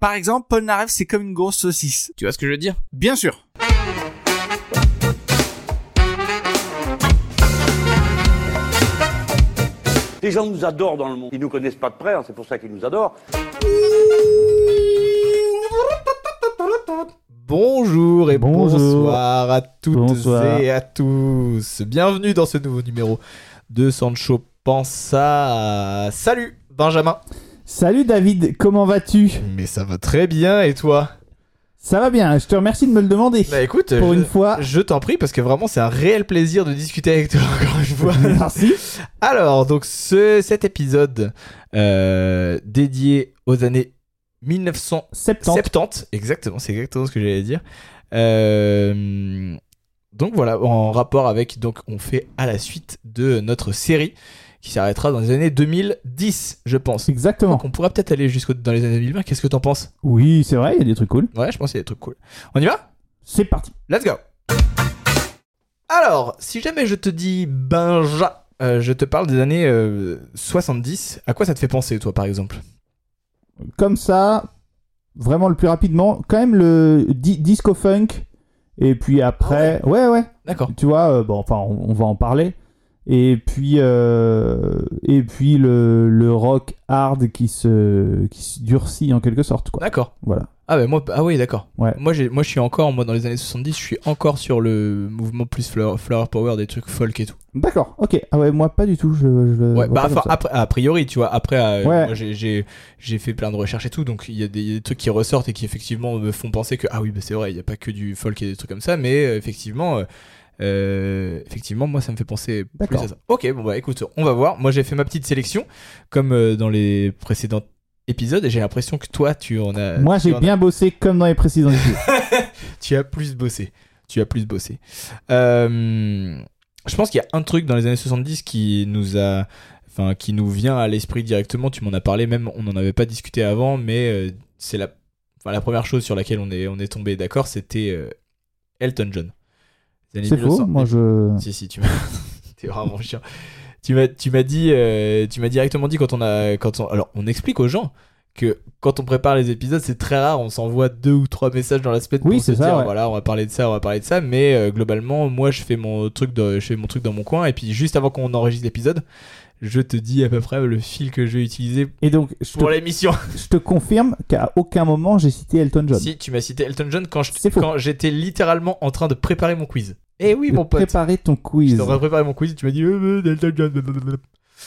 Par exemple, Paul Narev, c'est comme une grosse saucisse. Tu vois ce que je veux dire Bien sûr. Les gens nous adorent dans le monde. Ils nous connaissent pas de près, hein, c'est pour ça qu'ils nous adorent. Bonjour et Bonjour. bonsoir à toutes Bonsoir. et à tous. Bienvenue dans ce nouveau numéro de Sancho Pensa. Salut Benjamin. Salut David, comment vas-tu Mais ça va très bien et toi Ça va bien, je te remercie de me le demander. Bah écoute, Pour je, une fois. je t'en prie parce que vraiment c'est un réel plaisir de discuter avec toi encore une fois. Merci. Alors donc ce, cet épisode euh, dédié aux années 1900 Septembre. 70, exactement, c'est exactement ce que j'allais dire. Euh, donc voilà, en rapport avec, donc on fait à la suite de notre série qui s'arrêtera dans les années 2010, je pense. Exactement. Donc on pourra peut-être aller jusqu'au dans les années 2020, qu'est-ce que t'en penses Oui, c'est vrai, il y a des trucs cool. Ouais, je pense qu'il y a des trucs cool. On y va C'est parti. Let's go Alors, si jamais je te dis Benja, euh, je te parle des années euh, 70, à quoi ça te fait penser toi par exemple Comme ça, vraiment le plus rapidement, quand même le di- disco funk. Et puis après, Ah ouais, ouais. D'accord. Tu vois, euh, bon, enfin, on, on va en parler. Et puis, euh, et puis le, le rock hard qui se, qui se durcit en quelque sorte, quoi. D'accord. Voilà. Ah bah moi ah oui d'accord. Ouais. Moi j'ai moi je suis encore moi dans les années 70, je suis encore sur le mouvement plus flower, flower power des trucs folk et tout. D'accord, ok. Ah ouais, moi pas du tout. Je, je le Ouais, vois bah pas Euh, comme enfin, ça. après- a priori, tu vois, après euh, Ouais. moi, j'ai- j'ai j'ai fait plein de recherches et tout donc il y, a des- il y a des trucs qui ressortent et qui effectivement me font penser que ah oui, bah c'est vrai, il n'y a pas que du folk et des trucs comme ça mais euh, effectivement euh, euh, effectivement, moi ça me fait penser plus D'accord. à ça. Ok, bon bah écoute, on va voir. Moi j'ai fait ma petite sélection comme euh, dans les précédents épisodes et j'ai l'impression que toi tu en as. Moi, tu j'ai en as- bien bossé comme dans les précédents épisodes. tu as plus bossé. Tu as plus bossé. Euh, je pense qu'il y a un truc dans les années 70 qui nous a, enfin, qui nous vient à l'esprit directement. Tu m'en as parlé, même on n'en avait pas discuté avant, mais euh, c'est la, enfin, la première chose sur laquelle on est, on est tombé d'accord, c'était euh, Elton John. Les années C'est faux. 1900. Moi, je. Si si, tu m'as, t'es vraiment chiant. Tu m'as, tu m'as dit, euh, tu m'as directement dit quand on a, quand on, alors on explique aux gens que quand on prépare les épisodes, c'est très rare, on s'envoie deux ou trois messages dans la semaine Oui, pour se c'est ça, dire ouais. voilà, on va parler de ça, on va parler de ça, mais euh, globalement, moi je fais mon truc, dans, je fais mon truc dans mon coin et puis juste avant qu'on enregistre l'épisode, je te dis à peu près le fil que je vais utiliser Et donc, je pour te, l'émission. je te confirme qu'à aucun moment j'ai cité Elton John. Si tu m'as cité Elton John quand je- C'est faux. quand j'étais littéralement en train de préparer mon quiz. Eh oui, mon pote. Préparer ton Je quiz. t'aurais préparé mon quiz, et tu m'as dit euh, euh, Elton John. blablabla.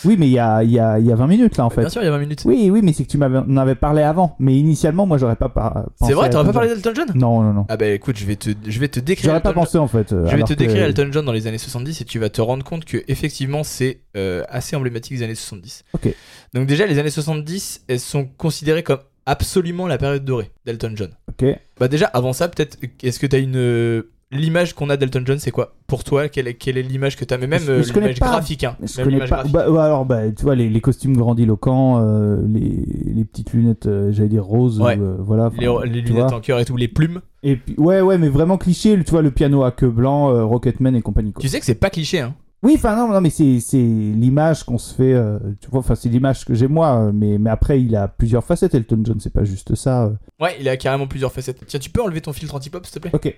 Oui, mais il y a, il y, a, il y a 20 minutes là en Bien fait. sûr, il y a 20 minutes. Oui, oui, mais c'est que tu m'avais- en avais parlé avant. Mais initialement, moi, j'aurais pas par- pensé. C'est vrai, à t'aurais Elton pas parlé d'Elton John John. Non, non, non. Ah bah écoute, je vais te, je vais te décrire. J'aurais pas Elton John. pensé en fait. euh, Je vais alors te que- décrire Elton John dans les années 70 et tu vas te rendre compte que effectivement c'est euh, assez emblématique des années 70. Ok. Donc déjà les années 70, elles sont considérées comme absolument la période dorée d'Elton John. Ok. Bah déjà avant ça peut-être est-ce que t'as une euh, l'image qu'on a d'Elton John c'est quoi pour toi quelle est, quelle est l'image que t'as mais même Je- euh, je connais l'image pas. graphique hein. Je Même connais l'image pas. graphique. Bah, ouais, alors, bah, tu vois, les, les costumes grandiloquents, euh, les, les petites lunettes, euh, j'allais dire roses. Ouais. ou, euh, voilà. les, enfin, les tu lunettes vois. en cœur et tout les plumes. Et puis, ouais, ouais, mais vraiment cliché, tu vois, le piano à queue blanc, euh, Rocketman et compagnie. Quoi. Tu sais que c'est pas cliché hein. Oui, enfin, non, non, mais c'est c'est l'image qu'on se fait, euh, tu vois, enfin, c'est l'image que j'ai moi, euh, mais, mais après, il a plusieurs facettes, Elton John, c'est pas juste ça. euh. Ouais, il a carrément plusieurs facettes. Tiens, tu peux enlever ton filtre anti-pop s'il te plaît Ok,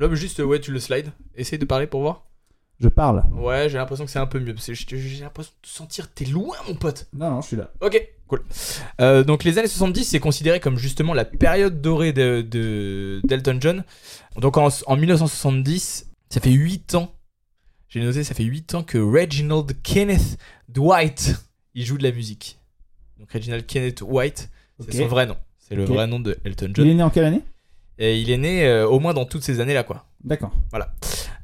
Là, mais juste, euh, ouais, tu le slides. Essaye de parler pour voir. je parle. Ouais, j'ai l'impression que c'est un peu mieux. parce que J'ai j'ai l'impression de sentir que t'es loin, mon pote. Non, non, je suis là. Ok, cool. Euh, donc, les années 70, c'est considéré comme justement la période dorée de, de- d'Elton John. Donc, en, en 1970, ça fait 8 ans. J'ai noté, ça fait 8 ans que Reginald Kenneth Dwight, il joue de la musique. Donc, Reginald Kenneth White, c'est Ok. son vrai nom. C'est le Ok. vrai nom de Elton Il John. est né en quelle année Et il est né euh, au moins dans toutes ces années-là, quoi. D'accord.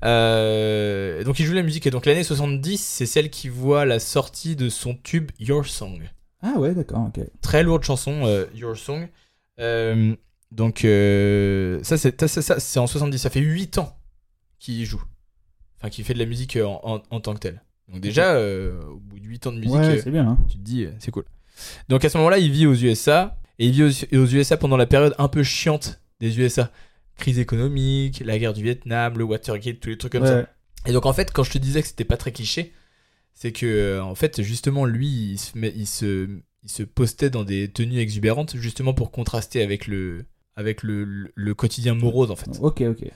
Euh, donc il joue de la musique et donc l'année 70 c'est celle qui voit la sortie de son tube Your Song. Ah ouais, d'accord, ok. Très lourde chanson euh, Your Song. Euh, donc euh, ça c'est ça, ça, ça, c'est en 70, ça fait 8 ans qu'il y joue. Enfin qu'il fait de la musique euh, en, en- en tant que tel. Donc déjà euh, au bout de 8 ans de musique ouais, euh, c'est bien. hein. tu te dis euh, c'est cool. Donc à ce moment-là, il vit aux USA et il vit aux, aux USA pendant la période un peu chiante des USA. Crise économique, la guerre du Vietnam, le Watergate, tous les trucs comme Ouais, ça. ouais. Et donc en fait, quand je te disais que c'était pas très cliché, c'est que euh, en fait justement lui, il se, met- il se, il se postait dans des tenues exubérantes justement pour contraster avec le avec le, le- le quotidien morose en fait. Ok, ok. ok.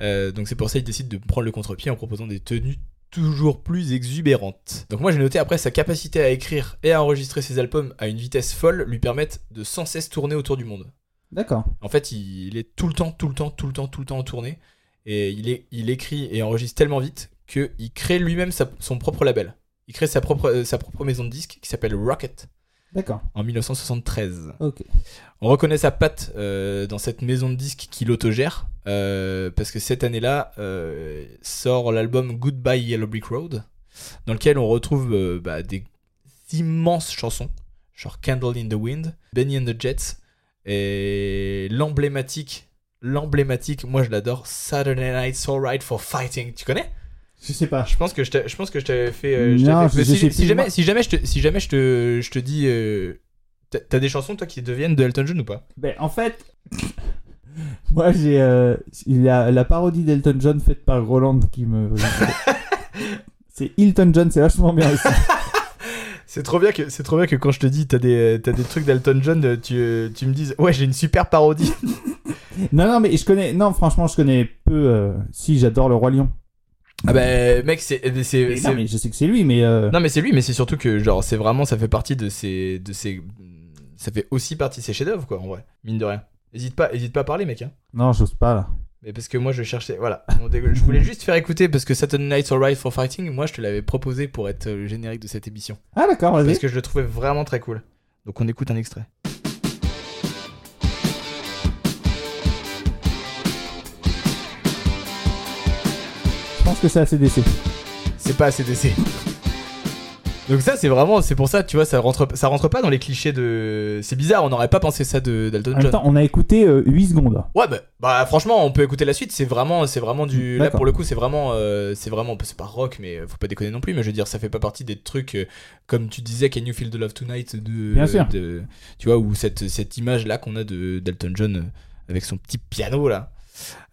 Euh, donc c'est pour ça qu'il décide de prendre le contre-pied en proposant des tenues toujours plus exubérantes. Donc moi j'ai noté après sa capacité à écrire et à enregistrer ses albums à une vitesse folle lui permettent de sans cesse tourner autour du monde. D'accord. En fait, il, il est tout le temps, tout le temps, tout le temps, tout le temps en tournée. Et il, est, il écrit et enregistre tellement vite qu'il crée lui-même sa- son propre label. Il crée sa propre, euh, sa propre maison de disques qui s'appelle Rocket D'accord. en 1973. Ok. On reconnaît sa patte euh, dans cette maison de disques qui l'autogère, euh, parce que cette année-là euh, sort l'album Goodbye Yellow Brick Road, dans lequel on retrouve euh, bah, des immenses chansons, genre Candle in the Wind, Benny and the Jets, et l'emblématique, l'emblématique, moi je l'adore, Saturday Night's Alright for Fighting, tu connais Je sais pas. je pense que je t'ai- je pense que je t'avais fait. euh, je Non, t'avais fait- je- je si, sais si plus, jamais, moi. si jamais je te, si jamais je te, je te dis, euh, t'as- t'as des chansons toi qui deviennent de Elton John ou pas Ben, en fait, moi j'ai euh, il y a la parodie d'Elton John faite par Roland qui me. c'est Hilton John, c'est vachement bien aussi. C'est trop bien que c'est trop bien que quand je te dis t'as des t'as des trucs d'Elton John, euh, tu, tu me dises ouais j'ai une super parodie. non, non, mais je connais. Non, franchement, je connais peu. euh, Si, j'adore le Roi Lion. Ah bah mec c'est c'est- Mais c'est- non, mais je sais que c'est lui, mais. euh, non mais c'est lui mais c'est surtout que genre c'est vraiment ça fait partie de ses de ses ça fait aussi partie de ses chefs-d'œuvre quoi en vrai mine de rien. Hésite pas hésite pas à parler mec hein. Non, j'ose pas là. Mais parce que moi je cherchais, voilà, On dégueule. je voulais juste faire écouter parce que Saturday Night's Alright for Fighting, moi je te l'avais proposé pour être euh, le générique de cette émission. Ah, d'accord, vas-y. Parce que je le trouvais vraiment très cool. Donc on écoute un extrait. Je pense que c'est ACDC. C'est pas ACDC. Donc ça c'est vraiment, c'est pour ça, tu vois, ça rentre, ça rentre pas dans les clichés de... C'est bizarre, on n'aurait pas pensé ça de En d'Alton même John. temps, on a écouté euh, 8 secondes. Ouais bah, bah, franchement on peut écouter la suite, c'est vraiment, c'est vraiment du... Là Mm, D'accord. pour le coup c'est vraiment, euh, c'est vraiment, c'est pas rock mais faut pas déconner non plus, mais je veux dire ça fait pas partie des trucs euh, comme tu disais Can You Feel the Love Tonight de... Bien sûr. de- tu vois, ou cette, cette image là qu'on a de d'Elton John euh, avec son petit piano là.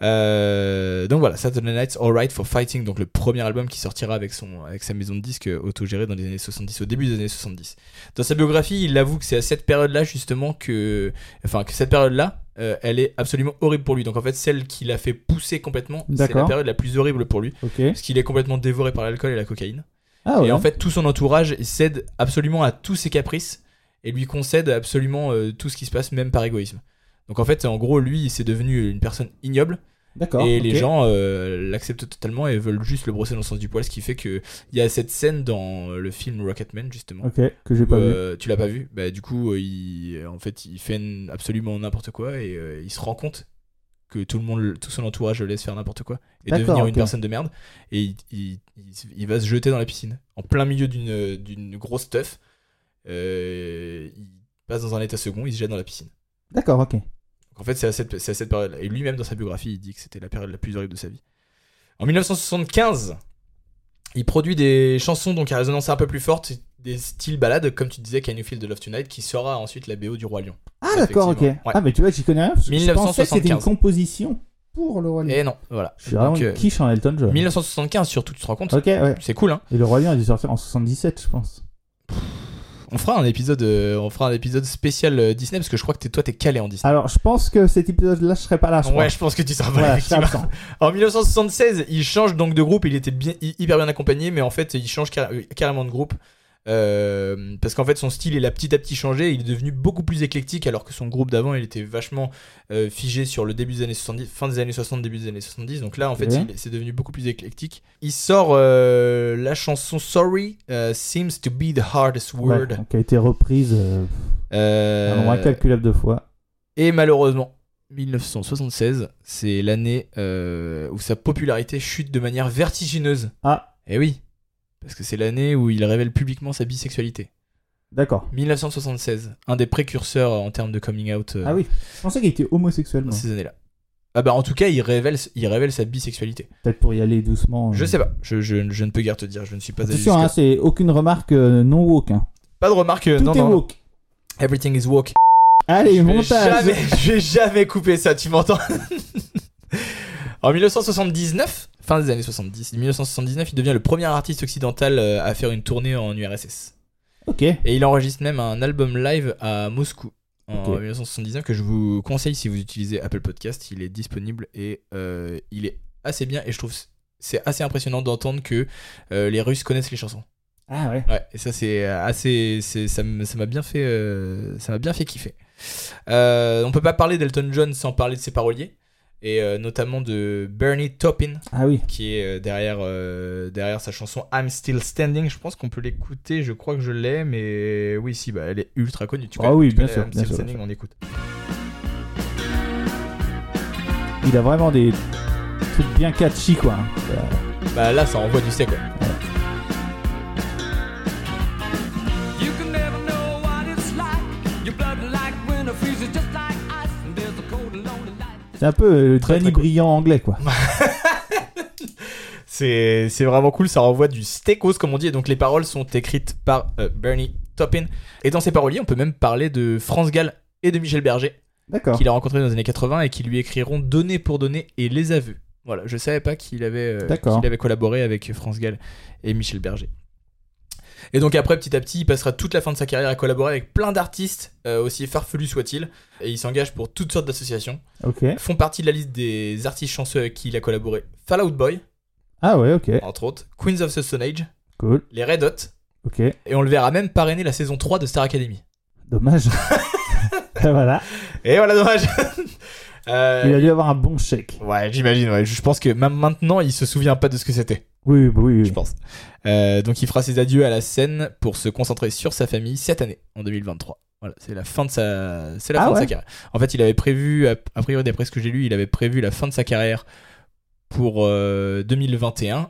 Euh, donc voilà, Saturday Night's Alright for Fighting, donc le premier album qui sortira avec, son, avec sa maison de disques euh, autogérée dans les années 70, au début des années 70. Dans sa biographie, il avoue que c'est à cette période-là justement que, enfin que cette période-là, euh, elle est absolument horrible pour lui. Donc en fait, celle qui l'a fait pousser complètement, c'est la D'accord. période la plus horrible pour lui, Ok. parce qu'il est complètement dévoré par l'alcool et la cocaïne. Ah ouais. Et en fait, tout son entourage cède absolument à tous ses caprices et lui concède absolument euh, tout ce qui se passe, même par égoïsme. Donc en fait, en gros, lui, c'est devenu une personne ignoble D'accord. et ok. les gens euh, l'acceptent totalement et veulent juste le brosser dans le sens du poil, ce qui fait que il y a cette scène dans euh, le film Rocketman justement. Ok, que j'ai pas où, vu. euh, tu l'as pas vu bah, Du coup, euh, il, en fait, il fait n- absolument n'importe quoi et euh, il se rend compte que tout le monde, le- tout son entourage le laisse faire n'importe quoi et D'accord, devenir une ok. personne de merde. Et il, il- il se- il va se jeter dans la piscine en plein milieu d'une d'une grosse teuf. Euh, il passe dans un état second, il se jette dans la piscine. D'accord, ok. Donc en fait, c'est à cette, c'est à cette période. Et lui-même, dans sa biographie, il dit que c'était la période la plus horrible de sa vie. En 1975, il produit des chansons donc à résonance un peu plus forte, des styles balades, comme tu disais, Can You Feel the Love Tonight, qui sera ensuite la BO du Roi Lion. Ah, d'accord, ok. Effectivement, ouais. Ah, mais tu vois, j'y connais rien. Parce que Je pensais que c'était une 1975. composition pour le Roi Lion. Et non, voilà. Ah, Je suis vraiment Donc, euh, une quiche en Elton John. 1975 surtout, tu te rends compte Ok, ouais. C'est cool, hein Et le Roi Lion a dû sortir en 77, je pense. On fera un épisode, euh, on fera un épisode spécial euh, Disney parce que je crois que t'es- toi t'es calé en Disney. Alors, je pense que cet épisode-là, je serais pas là, Ah, je ouais, pense. je pense que tu seras pas Voilà, là, je suis effectivement. absent. En 1976, il change donc de groupe. Il était bien, hy- hyper bien accompagné, mais en fait, il change carré- euh, carrément de groupe. Euh, parce qu'en fait, son style, il a petit à petit changé. Il est devenu beaucoup plus éclectique, alors que son groupe d'avant, il était vachement euh, figé sur le début des années 70, fin des années 60, début des années 70. Donc là, en fait, Ouais. il- c'est devenu beaucoup plus éclectique. Il sort euh, la chanson Sorry euh, Seems to be the hardest Ouais, word. donc, a été reprise euh, Euh, un nombre incalculable de fois. et malheureusement, 1976, c'est l'année euh, où sa popularité chute de manière vertigineuse. Ah. Eh oui. Parce que c'est l'année où il révèle publiquement sa bisexualité. D'accord. 1976, un des précurseurs en termes de coming out euh, Ah oui, je pensais qu'il était homosexuel. dans moi. ces années-là. Ah bah en tout cas, il révèle, il révèle sa bisexualité. Peut-être pour y aller doucement. Je euh. sais pas, je, je- je ne peux guère te dire, je ne suis pas allé Attention, hein, jusque-là. c'est aucune remarque euh, non woke. hein. Pas de remarque, Tout Euh, non, est non, non. woke. Everything is woke. Allez, Je vais montage. jamais- Je vais jamais couper ça, tu m'entends En 1979, fin des années 70, 1979, il devient le premier artiste occidental euh, à faire une tournée en URSS. Ok. Et il enregistre même un album live à Moscou en Ok. 1979 que je vous conseille si vous utilisez Apple Podcast. Il est disponible et euh, il est assez bien. Et je trouve c- c'est assez impressionnant d'entendre que euh, les Russes connaissent les chansons. Ah ouais. Ouais, et ça c'est euh, assez, c'est- ça m- ça m'a bien fait, euh, ça m'a bien fait kiffer. Euh, on peut pas parler d'Elton John sans parler de ses paroliers et euh, notamment de Bernie Taupin Ah oui. qui est euh, derrière, euh, derrière sa chanson I'm Still Standing. Je pense qu'on peut l'écouter, je crois que je l'ai, mais oui, si, bah, elle est ultra connue. Tu Ah connais- oui, tu bien connais sûr, I'm bien Still sûr, Standing, on écoute. Il a vraiment des trucs bien catchy quoi. Bah là, ça envoie du sec, quoi. You can never know what it's like. Your blood like winter freezes just like ice. And there's a cold and lonely light. C'est un peu euh, le Très, Danny très cool. Brillant anglais quoi. C'est c'est vraiment cool, ça renvoie du steakhouse comme on dit, et donc les paroles sont écrites par euh, Bernie Taupin. Et dans ses paroliers, on peut même parler de France Gall et de Michel Berger. D'accord. qu'il a rencontré dans les années 80 et qui lui écriront Données pour donner et les aveux. Voilà, je savais pas qu'il avait, euh, D'accord. qu'il avait collaboré avec France Gall et Michel Berger. Et donc après, petit à petit, il passera toute la fin de sa carrière à collaborer avec plein d'artistes, euh, aussi farfelus soient-ils, et il s'engage pour toutes sortes d'associations. Ok. Font partie de la liste des artistes chanceux avec qui il a collaboré Fall Out Boy, Ah ouais. Ok. entre autres, Queens of the Stone Age, Cool. les Red Hot, Ok. et on le verra même parrainer la saison 3 de Star Academy. Dommage. voilà. Et voilà, dommage Euh, Il a dû avoir un bon chèque. Ouais, j'imagine, ouais. Je pense que même maintenant, il se souvient pas de ce que c'était, Oui, bah oui, oui. je oui. pense. Euh, donc il fera ses adieux à la scène pour se concentrer sur sa famille cette année, en 2023. Voilà, c'est la fin de sa, c'est la Ah fin de sa ouais carrière. En fait, il avait prévu, a a priori d'après ce que j'ai lu, il avait prévu la fin de sa carrière pour euh, 2021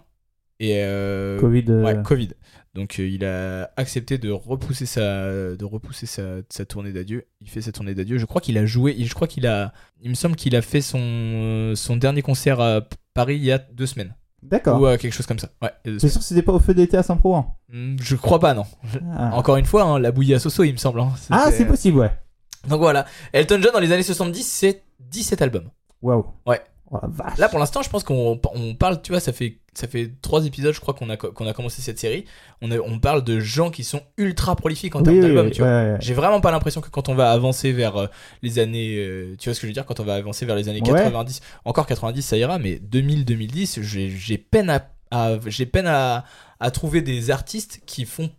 et euh, Covid. euh, ouais, Covid. Donc euh, il a accepté de repousser sa, de repousser sa, sa tournée d'adieu. Il fait sa tournée d'adieu. Je crois qu'il a joué. il- Je crois qu'il a. Il me semble qu'il a fait son, euh, son dernier concert à P- Paris il y a deux semaines D'accord. ou euh, quelque chose comme ça. Ouais. il y a deux C'est sûr que c'était pas au feu d'été à hein. Saint-Provence. semaines. Mm, Je crois pas non. Ah, Encore une fois, hein, la bouillie à Soso, il me semble. hein. Ah, c'est C'était- possible, ouais. Donc voilà. Elton John dans les années 70, c'est 17 albums. Waouh. Ouais. Oh la vache. Là, pour l'instant, je pense qu'on on parle, tu vois, ça fait, ça fait trois épisodes, je crois, qu'on a, co- qu'on a commencé cette série. On, a- on parle de gens qui sont ultra prolifiques en Oui, termes oui, d'albums, oui, tu vois. ouais, ouais. J'ai vraiment pas l'impression que quand on va avancer vers euh, les années. euh, tu vois ce que je veux dire Quand on va avancer vers les années Ouais. 90, encore 90, ça ira, mais 2000-2010, j'ai j'ai peine à. à- j'ai peine à, à trouver des artistes qui font,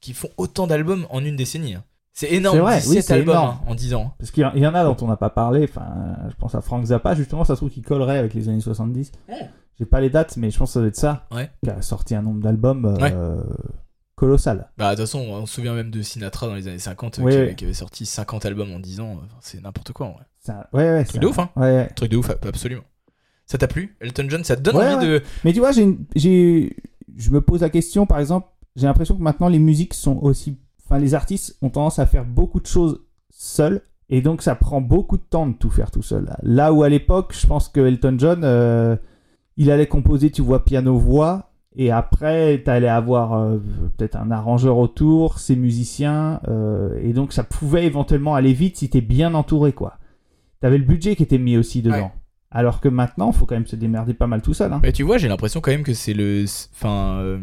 qui font autant d'albums en une décennie. hein. C'est énorme, C'est vrai, oui, 17 c'est albums énorme. hein, en 10 ans. Parce qu'il y en- il y en a dont on n'a pas parlé. Enfin, je pense à Frank Zappa, justement, ça se trouve qu'il collerait avec les années 70. Ouais. J'ai pas les dates, mais je pense que ça doit être ça. Ouais. Qui a sorti un nombre d'albums euh, colossal. Bah, de toute façon, on se souvient même de Sinatra dans les années 50 euh, Oui, qui, oui. avait, qui avait sorti 50 albums en 10 ans. Enfin, c'est n'importe quoi. en vrai. C'est un- Ouais, ouais. c'est Truc de un- ouf, hein. Ouais, ouais. Truc de ouf, absolument. Ça t'a plu Elton John, ça te donne Ouais, envie de. Mais tu vois, j'ai une- j'ai- je me pose la question, par exemple, j'ai l'impression que maintenant les musiques sont aussi. Enfin, les artistes ont tendance à faire beaucoup de choses seuls. Et donc, ça prend beaucoup de temps de tout faire tout seul. Là où à l'époque, je pense que Elton John, euh, il allait composer, tu vois, piano-voix. Et après, tu allais avoir euh, peut-être un arrangeur autour, ses musiciens. euh, et donc, ça pouvait éventuellement aller vite si t'es bien entouré, quoi. T'avais le budget qui était mis aussi devant. Ouais. Alors que maintenant, faut quand même se démerder pas mal tout seul. Hein. Mais tu vois, j'ai l'impression quand même que c'est le. Enfin. euh,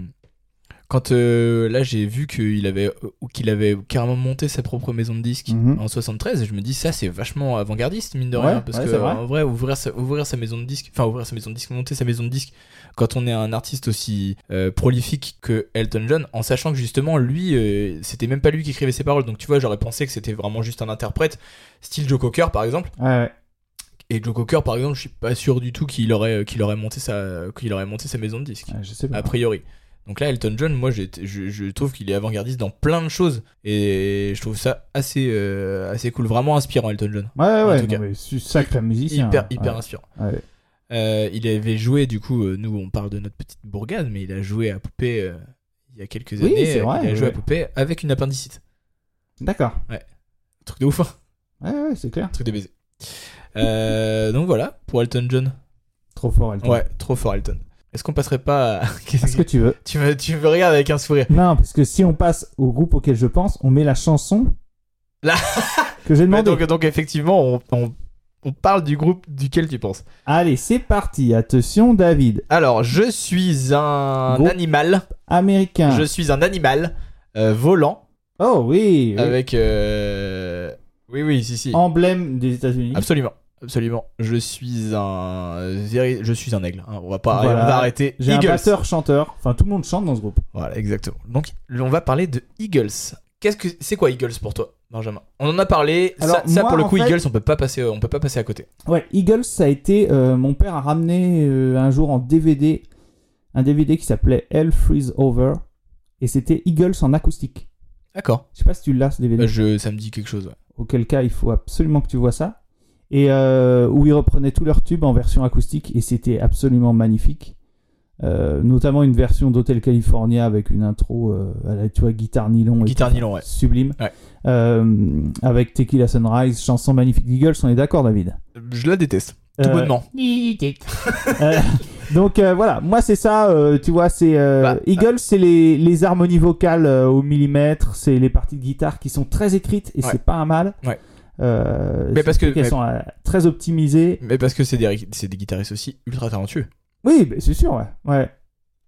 Quand euh, là j'ai vu qu'il avait, ou qu'il avait carrément monté sa propre maison de disques Mhm. en 73, je me dis ça c'est vachement avant-gardiste mine de Ouais, rien parce ouais, que c'est vrai. en vrai ouvrir sa, ouvrir sa maison de disques, enfin ouvrir sa maison de disques, monter sa maison de disques quand on est un artiste aussi euh, prolifique que Elton John, en sachant que justement lui euh, c'était même pas lui qui écrivait ses paroles, donc tu vois j'aurais pensé que c'était vraiment juste un interprète, style Joe Cocker par exemple. Ouais, ouais. Et Joe Cocker, par exemple, je suis pas sûr du tout qu'il aurait, qu'il aurait, monté, sa, qu'il aurait monté sa maison de disques, Ouais, je sais pas. a priori. Donc là, Elton John, moi, j'ai été- je, je trouve qu'il est avant-gardiste dans plein de choses. Et je trouve ça assez, euh, assez cool, vraiment inspirant, Elton John. Ouais, ouais, En ouais. tout non, cas. mais c'est sacré musicien. Hyper, hein. hyper inspirant. Ouais, ouais. Euh, il avait joué, du coup, euh, nous, on parle de notre petite bourgade, mais il a joué à poupée euh, il y a quelques Oui, années. c'est vrai, il a joué à ouais. poupée avec une appendicite. D'accord. Truc de ouf, hein Ouais, ouais, c'est clair. Truc de baiser. Euh, donc voilà, pour Elton John. Trop fort, Elton. Ouais, trop fort, Elton. Est-ce qu'on passerait pas à... Qu'est-ce que tu veux Tu me, tu me regardes avec un sourire. Non, parce que si on passe au groupe auquel je pense, on met la chanson Là. que j'ai Ouais, demandé. donc, euh, donc effectivement, on, on- on parle du groupe duquel tu penses. Allez, c'est parti. Attention, David. Alors, je suis un Groupe animal. Américain. Je suis un animal euh, volant Oh oui, oui. avec. euh, Oui, oui, si, si. emblème des États-Unis. Absolument, absolument. Je suis un, véri- je suis un aigle. hein. On va pas, Voilà. on va arrêter. J'ai un Eagles. batteur chanteur. Enfin, tout le monde chante dans ce groupe. Voilà, exactement. Donc, on va parler de Eagles. Qu'est-ce que c'est quoi Eagles pour toi, Benjamin On en a parlé. Ça- Alors, ça, moi, pour le en coup, fait- Eagles, on peut pas passer, on peut pas passer à côté. Ouais, Eagles, ça a été. euh, mon père a ramené euh, un jour en DVD un DVD qui s'appelait Hell Freeze Over. Et c'était Eagles en acoustique. D'accord. Je sais pas si tu l'as ce DVD. Bah, je, ça me dit quelque chose. ouais. Auquel cas, il faut absolument que tu vois ça. Et euh, où ils reprenaient tous leurs tubes en version acoustique. Et c'était absolument magnifique. Euh, notamment une version d'Hotel California avec une intro euh, à la tu vois, guitare nylon. et Guitare nylon, ouais. sublime. Ouais. Euh, avec Tequila Sunrise, chanson magnifique d'Eagles, on est d'accord, David Je la déteste. Tout Euh, bonnement. euh, donc euh, voilà, moi c'est ça, euh, tu vois, c'est euh, Bah, Eagles, c'est les, les harmonies vocales euh, au millimètre, c'est les parties de guitare qui sont très écrites et Ouais. c'est pas un mal. Ouais. Euh, Mais parce que- elles mais- sont euh, très optimisées. Mais parce que c'est des, c'est des guitaristes aussi ultra talentueux. Oui, mais c'est sûr, ouais, ouais,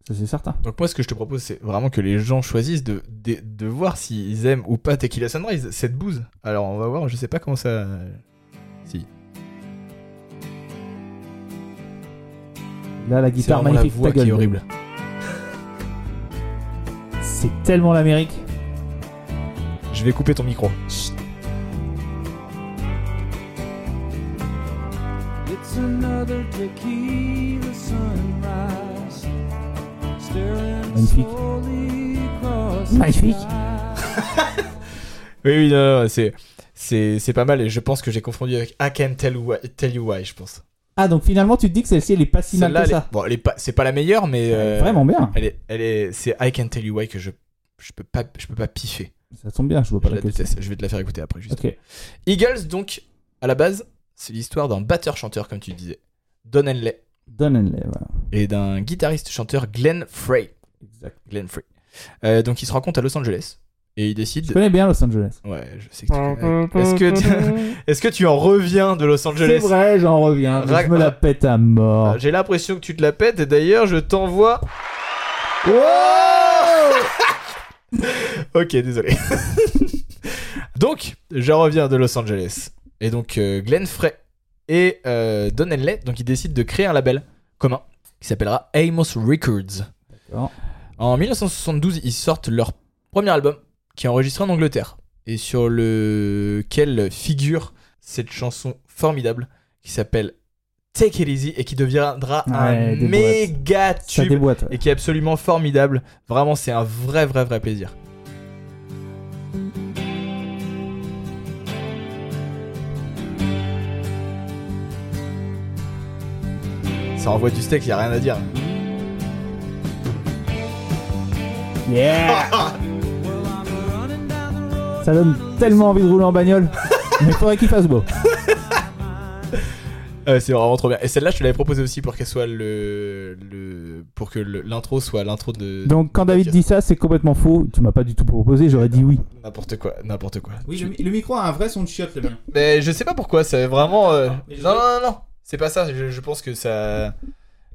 ça c'est certain. Donc moi, ce que je te propose, c'est vraiment que les gens choisissent de, de, de voir s'ils aiment ou pas Tequila Sunrise, cette bouse. Alors on va voir, je sais pas comment ça... Si. Là, la C'est guitare vraiment la magnifique, voix ta gueule, qui est horrible. C'est tellement l'Amérique. Je vais couper ton micro. It's another tequila sunrise. Staring Magnifique. slowly across Magnifique. Oui, oui, non, non, c'est... C'est, c'est pas mal et je pense que j'ai confondu avec I Can Tell, Why- Tell You Why, je pense. Ah, donc finalement, tu te dis que celle-ci, elle est pas si mal Celle-là, que elle est- ça. bon, elle est pas, c'est pas la meilleure, mais euh, Vraiment bien. Elle est, elle est, c'est I Can Tell You Why que je, je peux pas, je peux pas piffer. Ça tombe bien, je vois pas Je la laquelle c'est. déteste. Je vais te la faire écouter après. Juste. Ok. Eagles, donc, à la base, c'est l'histoire d'un batteur-chanteur, comme tu disais, Don Henley, Don Henley, voilà. et d'un guitariste-chanteur, Glenn Frey. Exact. Glenn Frey. Euh, donc, ils se rencontrent à Los Angeles et ils décident. Je connais bien Los Angeles. Ouais, je sais que tu connais. Est-ce que, tu... Est-ce que tu en reviens de Los C'est Angeles vrai, j'en reviens. Rac- Je me la pète à mort. Ah, J'ai l'impression que tu te la pètes, et d'ailleurs, je t'envoie. ok, désolé. donc, je reviens de Los Angeles. Et donc, euh, Glenn Frey et euh, Don Henley, donc ils décident de créer un label commun qui s'appellera Amos Records. D'accord. En 1972, ils sortent leur premier album qui est enregistré en Angleterre et sur lequel figure cette chanson formidable qui s'appelle Take It Easy et qui deviendra un Ouais, des méga Ça tube déboîte. et qui est absolument formidable. Vraiment, c'est un vrai, vrai, vrai plaisir. Ça envoie du steak, y a rien à dire. Yeah Ça donne tellement envie de rouler en bagnole. Mais faudrait qu'il fasse beau. Euh, c'est vraiment trop bien. Et celle-là, je te l'avais proposée aussi pour qu'elle soit le, le pour que le- l'intro soit l'intro de Donc quand David dit ça, c'est complètement faux. Tu m'as pas du tout proposé, j'aurais dit oui. n'importe quoi, n'importe quoi. micro a un vrai son de chiotte le mien. Mais je sais pas pourquoi, c'est vraiment. euh, mais je- Non, non, non, non, c'est pas ça. Je, je pense que ça.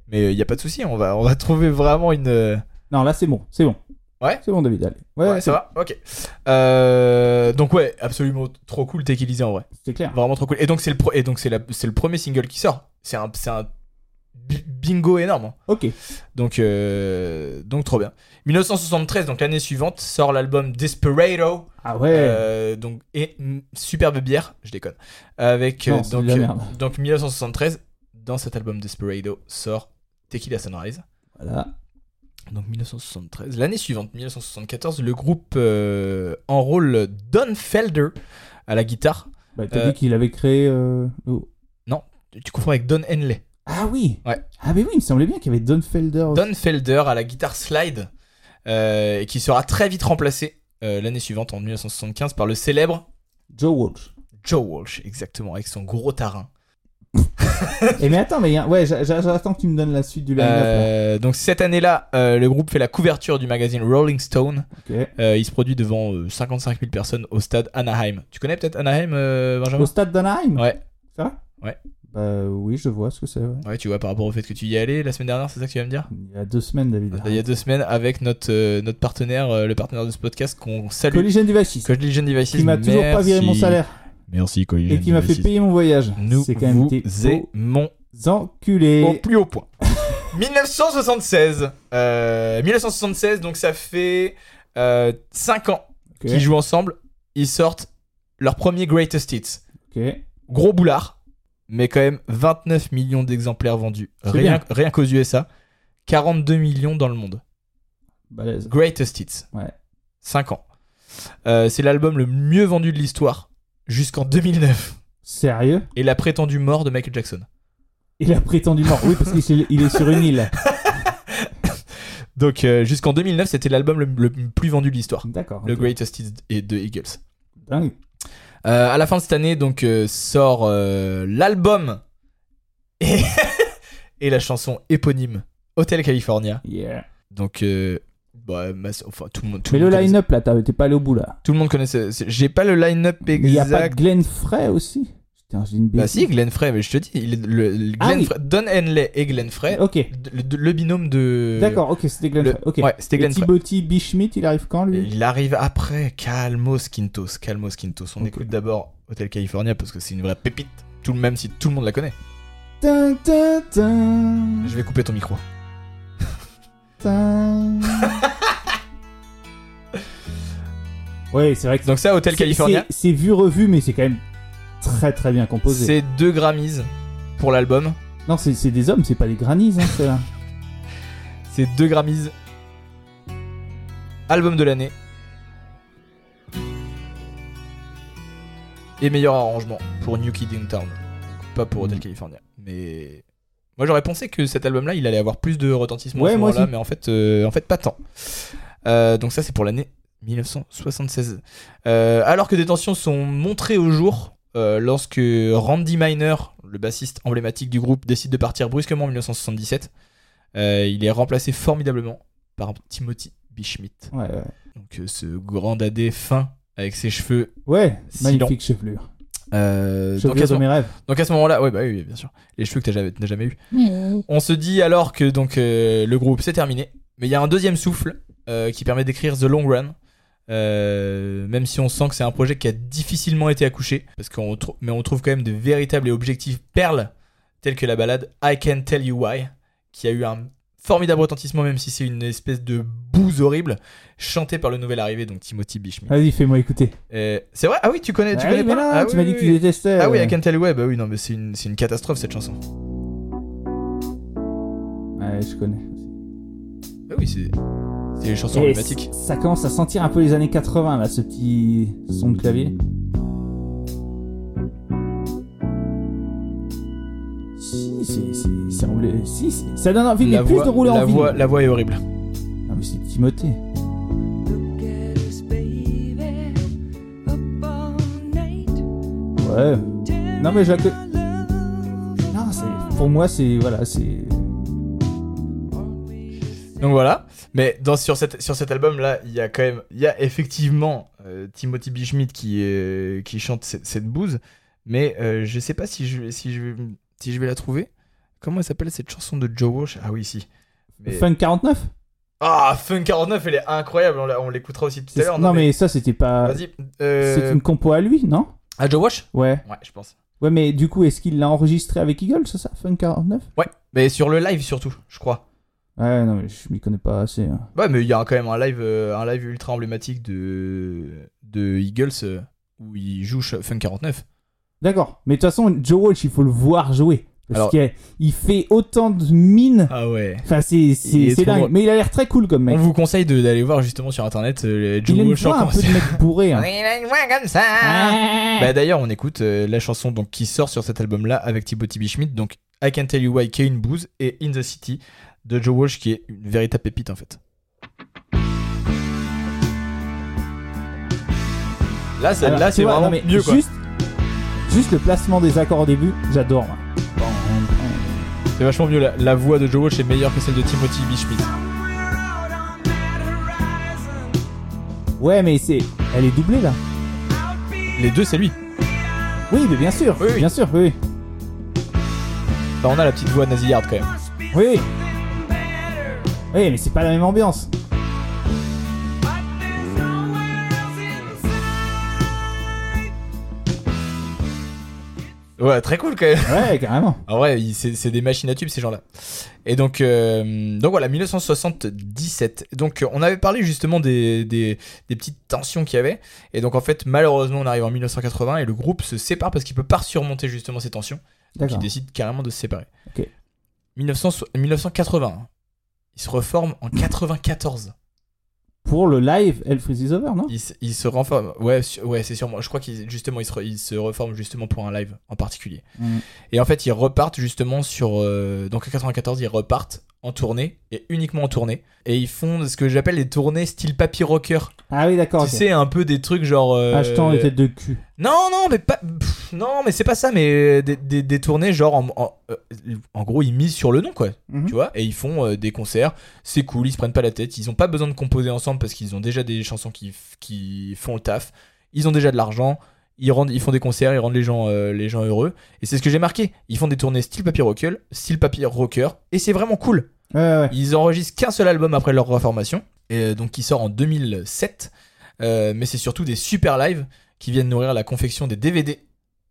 Mais il y a pas de souci, on va, on va trouver vraiment une. euh, Non, là c'est bon, c'est bon. Ouais C'est bon David, allez. Ouais, ouais, ça va. Ok. Euh, donc ouais, absolument trop cool, Take It Easy en vrai. C'est clair. Vraiment trop cool. Et donc c'est le pro- et donc c'est la- c'est le premier single qui sort. C'est un, c'est un bi- bingo énorme. hein. Ok. Donc euh, donc trop bien. 1973, donc l'année suivante, sort l'album Desperado. Ah ouais. Euh, donc et mm, superbe bière, je déconne. Avec Non, euh, c'est donc de la euh, merde. donc 1973 dans cet album Desperado sort Tequila Sunrise. Voilà. Donc 1973. L'année suivante, 1974, le groupe euh, enrôle Don Felder à la guitare. Bah, t'as Euh, dit qu'il avait créé. euh, oh. Tu confonds avec Don Henley. Ah oui. Ouais. Ah mais oui, il me semblait bien qu'il y avait Don Felder. aussi. Don Felder à la guitare slide, euh, et qui sera très vite remplacé euh, l'année suivante, en 1975, par le célèbre Joe Walsh. Joe Walsh, exactement, avec son gros tarin. Et Eh, mais attends, mais il y a... ouais, j'a- j'a- j'attends que tu me donnes la suite du line Euh, donc cette année-là, euh, le groupe fait la couverture du magazine Rolling Stone. Euh, il se produit devant euh, 55 000 personnes au stade Anaheim. Tu connais peut-être Anaheim, euh, Benjamin Au stade d'Anaheim Ouais. Ça va Ouais. Bah oui, je vois ce que c'est. ouais. Ouais, tu vois, par rapport au fait que tu y es allé la semaine dernière, c'est ça que tu vas me dire Il y a deux semaines, David. Il y a deux semaines, avec notre, euh, notre partenaire, euh, le partenaire de ce podcast qu'on salue. Ah. Collision Devices, Collision Devices. qui m'a toujours pas viré mon merci. salaire Merci Collision et qui m'a fait Devices. payer mon voyage. Nous C'est quand même des vous aimons beaux enculés. au plus haut point. 1976. Euh, 1976, donc ça fait 5 ans Ok, qu'ils jouent ensemble. Ils sortent leur premier Greatest Hits. ok. Gros boulard, mais quand même 29 millions d'exemplaires vendus. C'est Rien, rien qu'aux USA. 42 millions dans le monde. Balèze. Greatest Hits. Ouais. 5 ans. Euh, c'est l'album le mieux vendu de l'histoire jusqu'en 2009 Sérieux et la prétendue mort de Michael Jackson. Il a prétendu mort. Oui, parce qu'il est- il est sur une île. Donc euh, jusqu'en 2009, c'était l'album le, le plus vendu de l'histoire. D'accord. Le ok. Greatest Hits et de Eagles. Dingue. Euh, à la fin de cette année, donc euh, sort euh, l'album et, et la chanson éponyme Hotel California. Yeah. Donc euh, bah, ma- enfin, tout le monde, tout Mais le le monde connaissait- line-up là, t'as- t'es pas allé au bout là. tout le monde connaissait. c'est- J'ai pas le line-up Mais y a pas exact. Glenn Frey aussi Putain, j'ai une bêtise. Bah si, Glenn Frey, mais je te dis, il est- le, le- Ah Glenn oui. Frey- Don Henley et Glenn Frey, Ok. le, le binôme de. D'accord, ok, c'était Glenn le- Frey. Ok. Ouais, c'était Et Glenn Frey. Timothy B. Schmidt, il arrive quand lui Il arrive après. Calmos Quintos. Calmos Quintos. On Ok. écoute d'abord Hotel California parce que c'est une vraie pépite. Tout le même si tout le monde la connaît. Tin, tin, tin, Je vais couper ton micro. tin. Ouais, c'est vrai que Donc ça, Hotel c'est- California, c'est- C'est vu revu, mais c'est quand même très très bien composé. c'est deux Grammys pour l'album. Non, c'est c'est des hommes, c'est pas des grannies, hein, ceux-là. C'est deux Grammys. Album de l'année. Et meilleur arrangement pour New Kid in Town. Donc, Pas pour Hotel California. Mais moi j'aurais pensé que cet album-là, il allait avoir plus de retentissement à Ouais, ce moi moment-là, aussi. mais en fait, euh, en fait pas tant. Euh, donc ça c'est pour l'année 1976. Euh, alors que des tensions sont montrées au jour euh, lorsque Randy Miner, le bassiste emblématique du groupe, décide de partir brusquement en 1977. Euh, il est remplacé formidablement par Timothy B. Schmidt. Ouais, ouais. Donc euh, ce grand dadé fin avec ses cheveux. Ouais, Sinon. magnifique chevelure. Euh, donc, à Chevelure ce, de mes rêves. donc à ce moment-là, ouais, bah oui, bien sûr, les cheveux que t'as jamais, t'as jamais eu. On se dit alors que donc euh, le groupe c'est terminé, mais il y a un deuxième souffle euh, qui permet d'écrire The Long Run. Euh, même si on sent que c'est un projet qui a difficilement été accouché, parce qu'on trou- mais on trouve quand même de véritables et objectives perles telles que la balade I Can Tell You Why, qui a eu un formidable retentissement, même si c'est une espèce de bouse horrible, chantée par le nouvel arrivé, donc Timothy B. Schmidt. Vas-y, fais-moi écouter. Euh, c'est vrai Ah oui, tu connais, tu Ah oui, connais mais pas non, Ah tu oui, m'as oui, dit que tu oui. détestais. Ah oui, euh. I Can Tell You Why, bah oui, non, mais c'est une, c'est une catastrophe cette chanson. Ouais, je connais. Bah oui, c'est c'est une chanson Et emblématique. c- ça commence à sentir un peu les années 80 là, ce petit son de clavier. Si, c'est- c'est- c'est emblé- si, c'est- ça donne envie, mais La plus voix, de rouler la, en voix, ville. la voix est horrible. Non mais c'est Timothée. Look at us, baby, up all night. Ouais. Non mais je la connais- Love, Non, c'est pour moi c'est voilà c'est. Donc voilà. Mais dans, sur, cette, sur cet album-là, il y a quand même. Il y a effectivement euh, Timothy B. Schmidt qui, euh, qui chante cette, cette bouse. Mais euh, je sais pas si je, si, je, si je vais la trouver. Comment elle s'appelle cette chanson de Joe Walsh Ah oui, si. Mais- Funk 49. Ah, Fun 49, elle est incroyable. on la- On l'écoutera aussi tout à C'est- l'heure. non mais ça c'était pas. Vas-y. euh, C'est une compo à lui non Ah, Joe Walsh Ouais. Ouais, je pense. Ouais mais du coup est-ce qu'il l'a enregistré avec Eagle c'est ça Funk 49 Ouais, mais sur le live surtout, je crois. Ouais non mais je m'y connais pas assez. hein. Ouais, mais il y a quand même un live, euh, un live ultra emblématique de, de Eagles euh, où il joue ch- Fun 49. D'accord. Mais de toute façon, Joe Walsh, il faut le voir jouer. Alors- Parce qu'il fait autant de mines. Ah ouais. Enfin, c'est Il est c'est- c'est trop dingue. drôle. Mais il a l'air très cool comme On mec. vous conseille de- d'aller voir justement sur internet euh, le Joe Il a une Walsh en voix un peu de concert. mec bourré. hein. Il a une voix comme ça. Bah d'ailleurs, on écoute euh, la chanson donc qui sort sur cet album-là avec Timothy B. Schmidt, donc I Can Tell You Why, qui est une bouse, et In the City de Joe Walsh, qui est une véritable pépite en fait. Là, Alors, celle-là, tu c'est vois, vraiment non, mais mieux quoi. Juste, juste le placement des accords au début, j'adore. moi. C'est vachement mieux. La, la voix de Joe Walsh est meilleure que celle de Timothy B. Schmidt. Ouais, mais c'est, elle est doublée là. Les deux, c'est lui. Oui, mais bien sûr, Oui, oui. bien sûr, oui. oui. Enfin, on a la petite voix nasillarde quand même. Oui. Oui, mais c'est pas la même ambiance. Ouais, très cool quand même. Ouais, carrément. En vrai, ils- c'est c'est des machines à tubes ces gens-là. Et donc, euh, donc voilà, 1977. Donc euh, on avait parlé justement des, des, des petites tensions qu'il y avait. Et donc en fait, malheureusement, on arrive en 1980 et le groupe se sépare parce qu'il peut pas surmonter justement ces tensions. Donc il D'accord. décide carrément de se séparer. Ok. 1900 1981. hein. Il se reforme en 94. Pour le live, Elfries is over, non Il, se- il se renforme. Ouais, su- ouais c'est sûrement. Je crois qu'il justement il se, re- il se reforme justement pour un live en particulier. Mm. Et en fait, ils repartent justement sur. euh, donc en 94, ils repartent en tournée et uniquement en tournée. Et ils font ce que j'appelle les tournées style papy rocker. Ah oui, d'accord. Ah, Tu sais, un peu des trucs genre. euh, Achetant les têtes de cul. Non, non, mais pas. pff, non, mais c'est pas ça. Mais euh, des, des, des tournées genre en, en- euh, en gros, ils misent sur le nom quoi Mhm. tu vois, et ils font euh, des concerts, c'est cool, ils se prennent pas la tête, ils ont pas besoin de composer ensemble parce qu'ils ont déjà des chansons qui, f- qui font le taf, ils ont déjà de l'argent, ils, rendent, ils font des concerts, ils rendent les gens, euh, les gens heureux, et c'est ce que j'ai marqué, ils font des tournées style papier rocker, style papier rocker, et c'est vraiment cool. Ouais, ouais. Ils enregistrent qu'un seul album après leur reformation, et euh, donc qui sort en 2007, euh, mais c'est surtout des super lives qui viennent nourrir la confection des DVD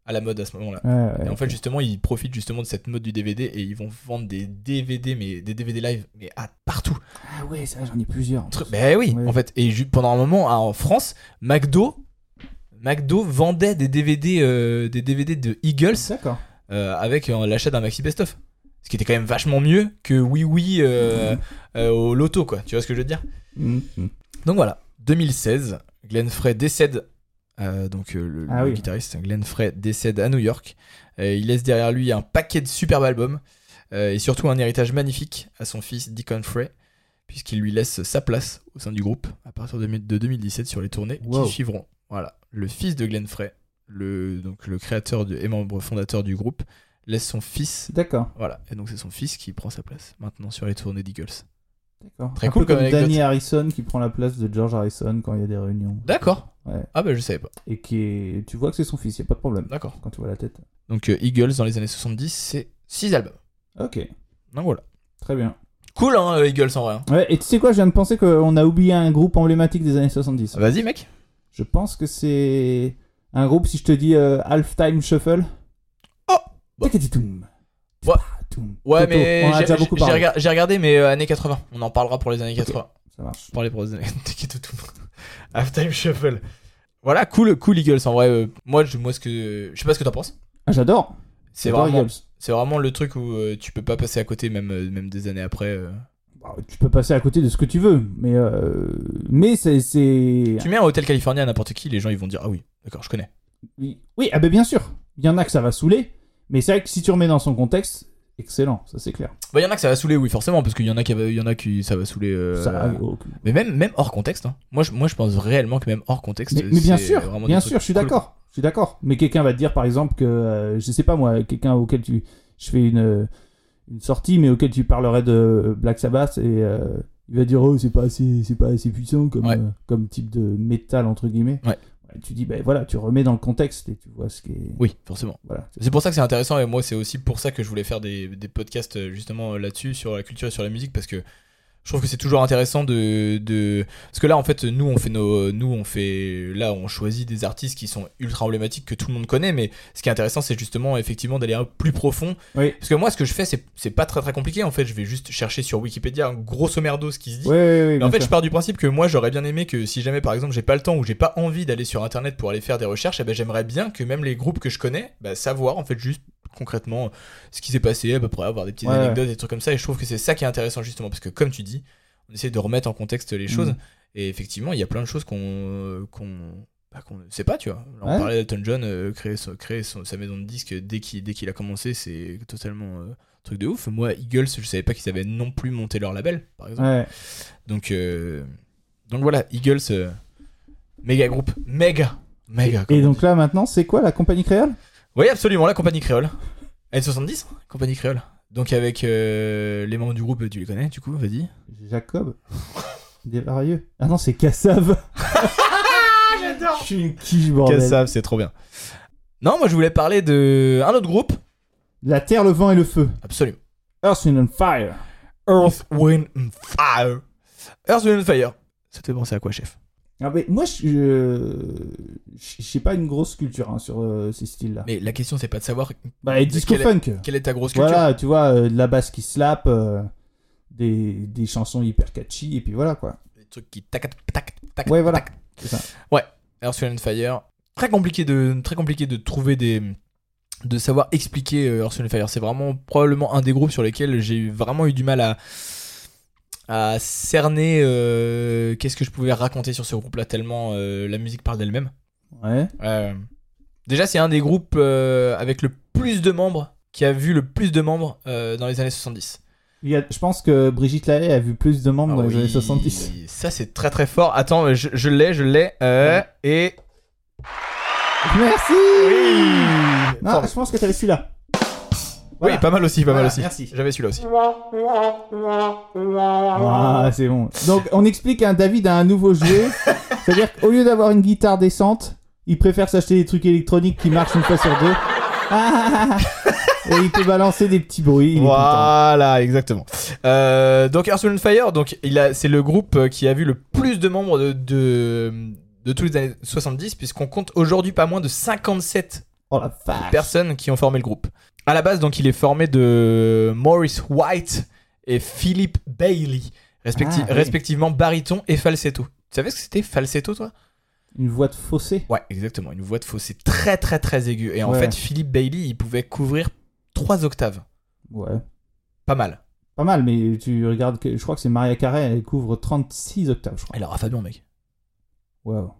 à la mode à ce moment-là. ouais, ouais. Et en fait, justement, ils profitent justement de cette mode du DVD et ils vont vendre des DVD, mais des DVD live, mais à partout. Ah ouais, ça, j'en ai plusieurs. Tru- Ben oui, Ouais. en fait. Et ju- pendant un moment, ah, en France, McDo, McDo vendait des DVD, euh, des DVD de Eagles D'accord. euh, avec euh, l'achat d'un maxi best-of. Ce qui était quand même vachement mieux que Oui Oui euh, euh, au loto, quoi. Tu vois ce que je veux dire Mm, Donc voilà, 2016, Glenn Frey décède. euh, donc euh, le, Ah le oui. guitariste Glenn Frey décède à New York. Euh, il laisse derrière lui un paquet de superbes albums euh, et surtout un héritage magnifique à son fils Deacon Frey, puisqu'il lui laisse sa place au sein du groupe à partir de, de 2017 sur les tournées Wow. qui suivront. Voilà, le fils de Glenn Frey, le, donc le créateur de- et membre fondateur du groupe, laisse son fils. D'accord. Voilà, et donc c'est son fils qui prend sa place maintenant sur les tournées d'Eagles. D'accord. Très Un cool peu comme comme anecdote. Danny Harrison qui prend la place de George Harrison quand il y a des réunions. D'accord Ouais. Ah bah je savais pas, Et qui est... tu vois que c'est son fils, y a pas de problème. d'accord. Quand tu vois la tête. Donc euh, Eagles dans les années 70, c'est 6 albums. Ok, Donc voilà. très bien. Cool hein, euh, Eagles en vrai. hein. Ouais, et tu sais quoi, je viens de penser qu'on a oublié un groupe emblématique des années 70. Ah, Vas-y mec. Je pense que c'est un groupe, si je te dis euh, Halftime Shuffle. Oh Bon. Tikatitoum. Ouais. Toum. Ouais Toto. mais On en a j'ai- déjà beaucoup j'ai parlé. rega- j'ai regardé mais euh, années 80. On en parlera pour les années Ok. 80. Ça marche. Parler pour les années T'inquiète, tout le monde. Halftime Shuffle. Voilà, cool, cool Eagles en vrai. euh, moi, je, moi ce que, je sais pas ce que t'en penses. Ah, j'adore. C'est J'adore vraiment, Eagles. c'est vraiment le truc où euh, tu peux pas passer à côté même, euh, même des années après. euh. Bah, tu peux passer à côté de ce que tu veux, mais euh, mais c'est c'est Tu mets un hôtel californien à n'importe qui, les gens ils vont dire ah oui, d'accord, je connais. oui, oui, ah ben bien sûr. Il y en a que ça va saouler, mais c'est vrai que si tu remets dans son contexte, excellent, ça c'est clair. Bah y en a que ça va saouler, oui forcément, parce qu'il y en a qui, il y en a qui ça va saouler. euh, Ça, oh, Mais même, même hors contexte, hein. moi, je, moi je pense réellement que même hors contexte. Mais, mais bien c'est sûr, vraiment bien des trucs sûr, je suis cool. d'accord. Je suis d'accord. Mais quelqu'un va te dire, par exemple, que, euh, je sais pas moi, quelqu'un auquel tu. Je fais une, euh, une sortie, mais auquel tu parlerais de Black Sabbath, et euh, il va dire, oh, c'est pas assez, c'est pas assez puissant comme, Ouais. euh, comme type de métal, entre guillemets. Ouais. Tu dis, ben voilà, tu remets dans le contexte et tu vois ce qui est. Oui, forcément. Voilà. C'est pour ça que c'est intéressant et moi c'est aussi pour ça que je voulais faire des, des podcasts euh, justement euh, là-dessus, sur la culture et sur la musique, parce que je trouve que c'est toujours intéressant de, de. Parce que là en fait, nous on fait nos. Nous on fait. Là on choisit des artistes qui sont ultra emblématiques que tout le monde connaît, mais ce qui est intéressant c'est justement effectivement d'aller un peu plus profond. Oui. Parce que moi ce que je fais c'est c'est pas très très compliqué en fait, je vais juste chercher sur Wikipédia grosso merdo ce qui se dit. Oui, oui, oui. Mais en bien fait, sûr. je pars du principe que moi, j'aurais bien aimé que si jamais, par exemple, j'ai pas le temps ou j'ai pas envie d'aller sur Internet pour aller faire des recherches, eh ben, j'aimerais bien que même les groupes que je connais, bah, savoir en fait juste concrètement ce qui s'est passé, à peu près avoir des petites Ouais. anecdotes, des trucs comme ça. Et je trouve que c'est ça qui est intéressant justement, parce que comme tu dis, on essaie de remettre en contexte les choses. Mhm. Et effectivement, il y a plein de choses qu'on qu'on bah, qu'on ne sait pas, tu vois. Là, on Ouais. parlait d'Elton John, euh, créer, son- créer son- sa maison de disques dès qu'il dès qu'il a commencé, c'est totalement euh, truc de ouf. Moi, Eagles, je savais pas qu'ils avaient non plus monté leur label, par exemple. Ouais. Donc, euh, donc voilà, Eagles, euh, méga groupe, méga, méga. comme Et on donc là, maintenant, c'est quoi la compagnie créole dit. Oui, absolument, la compagnie créole. N70, compagnie créole. Donc avec euh, les membres du groupe, tu les connais du coup, vas-y. Jacob Desvarieux. Ah non, c'est Cassav. Ah, J'adore. ben. Je suis une quiche, bordel. Cassav, c'est trop bien. Non, moi je voulais parler de un autre groupe La terre, le vent et le feu. Absolument. Earth, Wind and Fire. Earth, Wind and Fire. Earth, Wind and Fire. Ça te fait penser à quoi, chef Ah, mais moi, je je- j'ai pas une grosse culture hein, sur euh, ces styles-là. Mais la question, c'est pas de savoir Bah, et de disco quel- funk. quelle est ta grosse culture. Voilà, tu vois, euh, de la basse qui slap, euh, des, des chansons hyper catchy, et puis voilà quoi. Les trucs qui tac tac tac Ouais, voilà. tac. C'est ça. Ouais. Earth, Wind and Fire. Très compliqué de très compliqué de trouver des de savoir expliquer euh, Earth, Wind and Fire. C'est vraiment probablement un des groupes sur lesquels j'ai eu- vraiment eu du mal à à cerner euh, qu'est-ce que je pouvais raconter sur ce groupe-là tellement euh, la musique parle d'elle-même. Ouais. Euh, déjà, c'est un des groupes euh, avec le plus de membres, qui a vu le plus de membres euh, dans les années 70. Il y a- je pense que Brigitte Lahaye a vu plus de membres Ah dans oui, les années 70. Ça, c'est très très fort. Attends, je, je l'ai, je l'ai. euh, Et. Merci Oui Non, je pense que t'avais celui-là. Voilà. Oui, pas mal aussi, pas mal Voilà, aussi. merci. J'avais celui-là aussi. Ah, c'est bon. Donc, on explique à David à un nouveau jouet. C'est-à-dire qu'au lieu d'avoir une guitare décente, il préfère s'acheter des trucs électroniques qui marchent une fois sur deux. Ah Et il peut balancer des petits bruits. il est content. Voilà, exactement. Euh, donc Earth, Wind and Fire, donc il a, c'est le groupe euh, qui a vu le plus de membres de, de, de tous les années 70, puisqu'on compte aujourd'hui pas moins de 57 Oh la vache. personnes qui ont formé le groupe. À la base, donc, il est formé de Maurice White et Philip Bailey, respecti- Ah, oui. respectivement baryton et falsetto. Tu savais ce que c'était falsetto, toi Une voix de fossé. Ouais, exactement. Une voix de fossé très, très, très aiguë. Et en Ouais. fait, Philip Bailey, il pouvait couvrir trois octaves. Ouais. Pas mal. Pas mal, mais tu regardes que je crois que c'est Maria Carré, elle couvre 36 octaves, je crois. Elle aura Fabian, mec. Wow.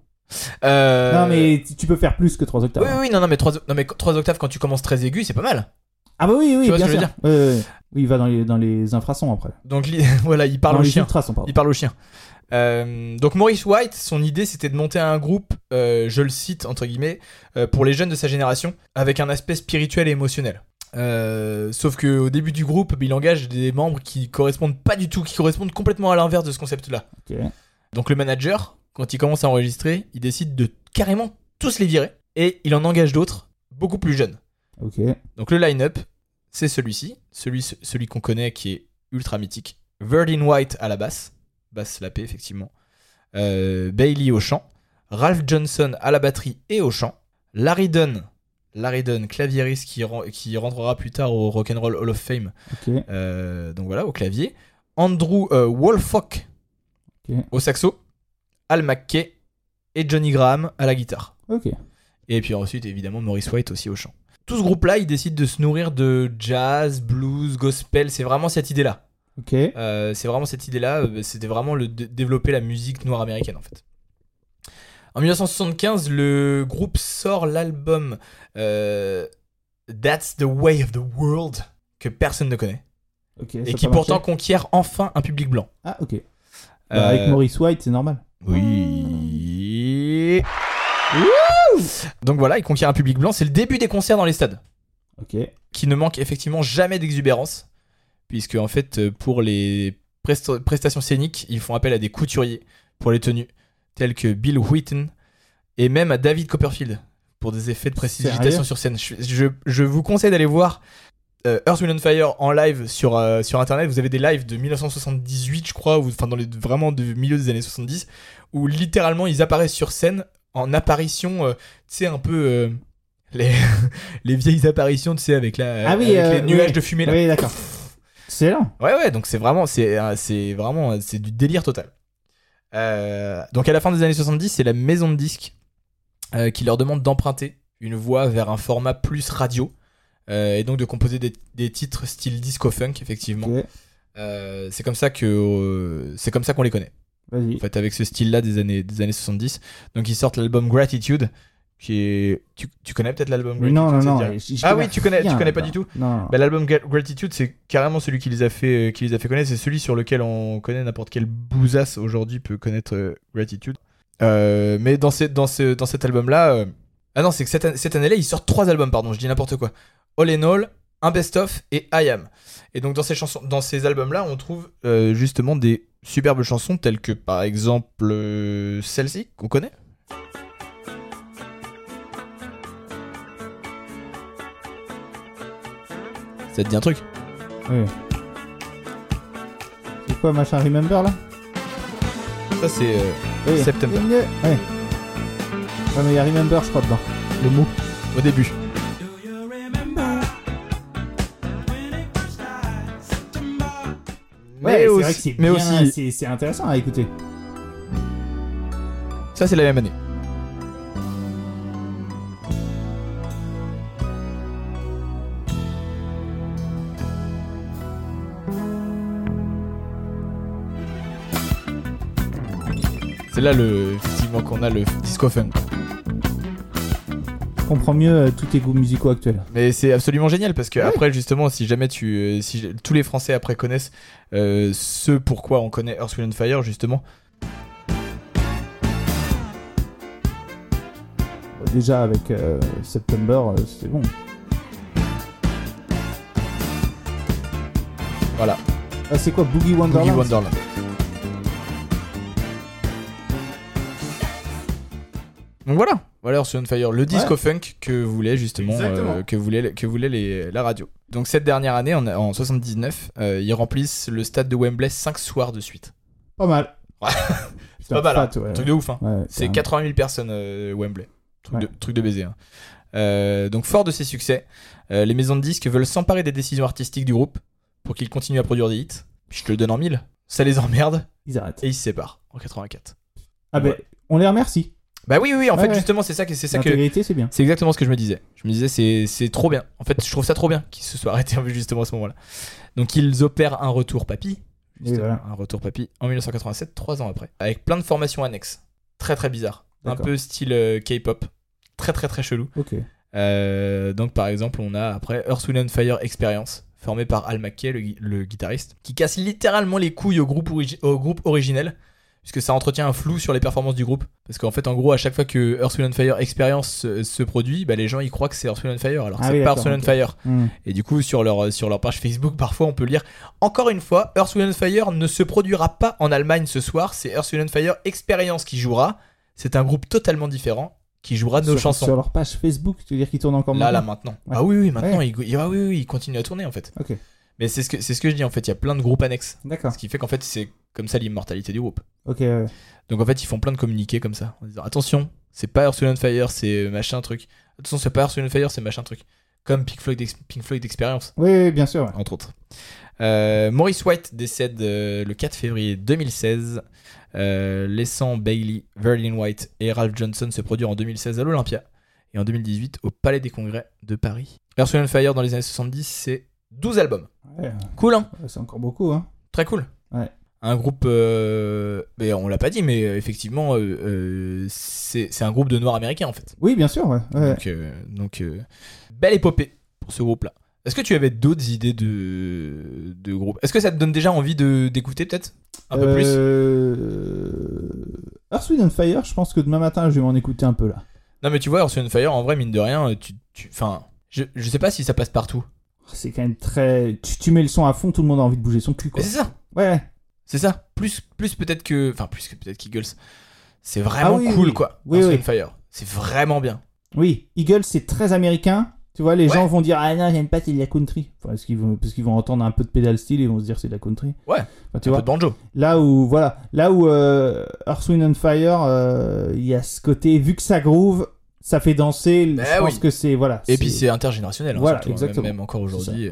Euh, Non, mais tu tu peux faire plus que 3 octaves. Oui, oui, non, non, mais trois, non, mais trois octaves quand tu commences très aigu, c'est pas mal. Ah bah oui, oui, Tu vois bien ce que je sûr. veux Ouais, ouais, ouais. Oui, il va dans les, dans les infrasons après. Donc, li- voilà, il parle dans au les chien. ultrasons, pardon. Il parle au chien. Euh, donc Maurice White, son idée c'était de monter un groupe, euh, je le cite entre guillemets, euh, pour les jeunes de sa génération, avec un aspect spirituel et émotionnel. Euh, sauf que au début du groupe, il engage des membres qui correspondent pas du tout, qui correspondent complètement à l'inverse de ce concept-là. Ok. Donc le manager, quand il commence à enregistrer, il décide de carrément tous les virer et il en engage d'autres, beaucoup plus jeunes. Ok. Donc le line-up, c'est celui-ci, celui, celui qu'on connaît qui est ultra mythique. Verdin White à la basse, basse lapée effectivement. Euh, Bailey au chant. Ralph Johnson à la batterie et au chant. Larry Dunn, Larry Dunn, claviériste qui, ren- qui rentrera plus tard au Rock'n'Roll Hall of Fame. Ok. Euh, donc voilà, au clavier. Andrew euh, Wolfock Ok. au saxo. Al McKay et Johnny Graham à la guitare. Ok. Et puis ensuite, évidemment, Maurice White aussi au chant. Tout ce groupe-là, il décide de se nourrir de jazz, blues, gospel. C'est vraiment cette idée-là. Ok. Euh, c'est vraiment cette idée-là. euh, C'était vraiment le dé- développer la musique noire américaine, en fait. En 1975, le groupe sort l'album euh, That's the Way of the World, que personne ne connaît, Ok. ça et peut qui marcher. pourtant conquiert enfin un public blanc. Ah, ok. Bah, Avec Euh, Maurice White, c'est normal. Oui. Donc voilà, il conquiert un public blanc. C'est le début des concerts dans les stades. Ok. qui ne manque effectivement jamais d'exubérance, puisque en fait, euh, pour les presta- prestations scéniques, ils font appel à des couturiers pour les tenues, tels que Bill Wheaton et même à David Copperfield pour des effets de précipitation Sérieux sur scène. Je, je- je vous conseille d'aller voir euh, Earth, Wind and Fire en live sur, euh, sur internet. Vous avez des lives de 1978, je crois, ou enfin dans les, vraiment du milieu des années 70, où littéralement ils apparaissent sur scène en apparition, euh, tu sais, un peu. euh, les, les vieilles apparitions, tu sais, avec, la, Ah oui, avec euh, les nuages ouais. de fumée. Là. Oui, d'accord. Excellent. Ouais, ouais, donc c'est vraiment, c'est, euh, c'est vraiment, euh, c'est du délire total. Euh, donc à la fin des années 70, c'est la maison de disques euh, qui leur demande d'emprunter une voix vers un format plus radio euh, et donc de composer des, des titres style disco funk effectivement. Ok. Euh, c'est comme ça que euh, c'est comme ça qu'on les connaît. Vas-y. En fait, avec ce style-là des années des années 70, donc ils sortent l'album Gratitude, qui est, tu, tu connais peut-être l'album Gratitude Non, non, ça te non. dirait je- je Ah connais oui, tu connais- tu rien, connais pas non. du tout Non. non. bah, L'album Gra- Gratitude, c'est carrément celui qui les a fait, euh, qui les a fait connaître. C'est celui sur lequel on connaît n'importe quel bousasse aujourd'hui peut connaître euh, Gratitude. Euh, mais dans, ces- dans, ce, dans cet album-là. euh, Ah non, c'est que cette, an- cette année-là, ils sortent trois albums, pardon, je dis n'importe quoi. All in All, Un Best Of et I Am. Et donc dans ces, chansons, dans ces albums-là, on trouve euh, justement des superbes chansons telles que par exemple euh, celle-ci qu'on connaît. Ça te dit un truc Oui. C'est quoi machin Remember là Ça, c'est. euh, oui. September. Ouais. Ouais, mais il y a Remember, je crois, dedans. Le mot. au début. Ouais, mais c'est aussi, vrai que c'est mais bien- aussi- c'est- c'est intéressant à écouter. ça c'est la même année. C'est là le effectivement qu'on a le disco funk. Je comprends mieux euh, tous tes goûts musicaux actuels. Mais c'est absolument génial parce que après justement si jamais tu euh, si j- tous les Français après connaissent euh, ce pourquoi on connaît Earth Wind and Fire justement Déjà avec euh, September, euh, c'est bon. voilà Ah, c'est quoi Boogie Wonderland Boogie Wonderland. Donc voilà, voilà Earth, Wind and Fire, le disco funk que voulait justement Exactement. euh, que voulait que voulait les, la radio. Donc cette dernière année en, en 79, euh, ils remplissent le stade de Wembley 5 soirs de suite. Pas mal. Ouais. Putain, pas mal, hein. fat, ouais. Truc de ouf hein. Ouais, C'est un- 80 000 personnes euh, Wembley. Truc, Ouais. de, truc de baiser. hein. Euh, donc fort de ces succès, euh, les maisons de disques veulent s'emparer des décisions artistiques du groupe pour qu'ils continuent à produire des hits. Puis je te le donne en mille. Ça les emmerde Ils arrêtent. et ils se séparent en 84. Ah ben, on les remercie. Bah oui oui, oui en Ouais, fait ouais. justement c'est ça que c'est ça que L'intégrité, c'est bien. c'est exactement ce que je me disais. Je me disais c'est c'est trop bien. En fait je trouve ça trop bien qu'ils se soient arrêtés justement à ce moment-là. Donc ils opèrent un retour papy. Justement, voilà. Un retour papy en 1987, trois ans après, avec plein de formations annexes. Très très bizarre. Un D'accord. peu style euh, K-pop. Très très très chelou. Ok. Euh, donc par exemple, on a après Earth, Wind and Fire Experience, formé par Al McKay, le, gui- le guitariste, qui casse littéralement les couilles au groupe, origi- au groupe originel, puisque ça entretient un flou sur les performances du groupe. Parce qu'en fait, en gros, à chaque fois que Earth, Wind and Fire Experience se, se produit, bah, les gens ils croient que c'est Earth, Wind and Fire, alors que Ah c'est oui, pas Earth, d'accord, Wind and ok. Fire. Hmm. Et du coup, sur leur, sur leur page Facebook, parfois on peut lire Encore une fois, Earth, Wind and Fire ne se produira pas en Allemagne ce soir, c'est Earth, Wind and Fire Experience qui jouera. C'est un groupe totalement différent qui jouera nos sur, chansons. Sur leur page Facebook, tu veux dire qu'ils tournent encore Là, là, maintenant maintenant. Ouais. Ah oui, oui, maintenant, il, go- ah oui, oui, il continue à tourner en fait. Ok. Mais c'est ce, que, c'est ce que je dis en fait, il y a plein de groupes annexes. D'accord. Ce qui fait qu'en fait, c'est comme ça l'immortalité du groupe. Ok, ouais. Donc en fait, ils font plein de communiqués comme ça, en disant attention, c'est pas Earth, Wind and Fire, c'est machin truc. Attention, c'est pas Earth, Wind and Fire, c'est machin truc. Comme Pink Floyd, d'ex- Pink Floyd d'expérience, Oui, oui, bien sûr. ouais. entre autres. Euh, Maurice White décède euh, le 4 février 2016, euh, laissant Bailey, Verlin White et Ralph Johnson se produire en 2016 à l'Olympia et en 2018 au Palais des Congrès de Paris. Earth, Wind and Fire dans les années 70, c'est 12 albums. Ouais, Cool, hein ouais, c'est encore beaucoup. Hein. Très cool. Ouais. Un groupe, euh, mais on l'a pas dit, mais euh, effectivement, euh, euh, c'est c'est un groupe de noirs américains en fait. Oui, bien sûr. Ouais. Ouais. Donc, euh, donc, euh, belle épopée pour ce groupe-là. Est-ce que tu avais d'autres idées de, de groupe Est-ce que ça te donne déjà envie de- d'écouter peut-être un peu plus Euh, Earth, Wind and Fire, je pense que demain matin, je vais m'en écouter un peu là. Non, mais tu vois, Earth Wind and Fire, en vrai, mine de rien, tu, tu, enfin, je, je sais pas si ça passe partout. Ah, C'est quand même très. Tu, tu mets le son à fond, tout le monde a envie de bouger son cul, Mais quoi. c'est ça, Ouais. c'est ça. Plus, plus peut-être que, enfin, plus que peut-être qu'Eagles. C'est vraiment Ah oui, cool, oui. quoi. Oui, Earth, oui. Wind and Fire, c'est vraiment bien. Oui, Eagles, c'est très américain. Tu vois, les Ouais. gens vont dire Ah non, j'aime pas, c'est de la country. Enfin, parce qu'ils vont, parce qu'ils vont entendre un peu de pédale style et ils vont se dire c'est de la country. Ouais. Enfin, tu Un vois, peu de banjo. là où, voilà, là où euh, Earth, Wind and Fire, euh, il y a ce côté, vu que ça groove, ça fait danser. Ben je pense oui. que c'est, voilà. Et puis c'est intergénérationnel, hein, Voilà, surtout, hein, exactement. même, même encore aujourd'hui. euh.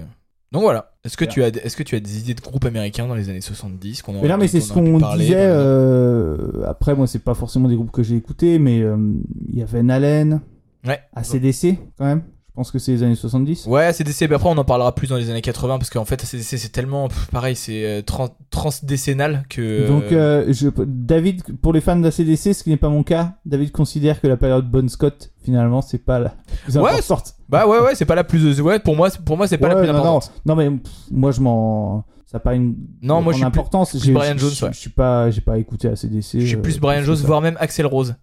Donc voilà. Est-ce que Bien. tu as, est-ce que tu as des idées de groupes américains dans les années 70 qu'on Mais là, mais c'est ce qu'on disait. euh, après, moi, c'est pas forcément des groupes que j'ai écoutés, mais euh, il y avait Nalen, Ouais. ACDC, quand même. Je pense que c'est les années 70. Ouais, CDC. Mais après, on en parlera plus dans les années 80 parce qu'en fait, CDC c'est tellement pff, pareil, c'est euh, tran- transdécennal que. Donc, euh, je, David, pour les fans d'ACDC, ce qui n'est pas mon cas, David considère que la période Bon Scott, finalement, c'est pas la plus Ouais, importante. Bah ouais, ouais, c'est pas la plus. Ouais, pour moi, c'est- pour moi, c'est pas la Ouais, plus non, importante. Non, non, mais pff, moi, je m'en. Ça n'a pas une. Non, moi, je suis plus- importance. plus J'ai- Brian je- Jones, je- ouais. Je suis pas, j'ai pas écouté ACDC. Je suis euh, plus Brian que Jones, ça. voire même Axel Rose.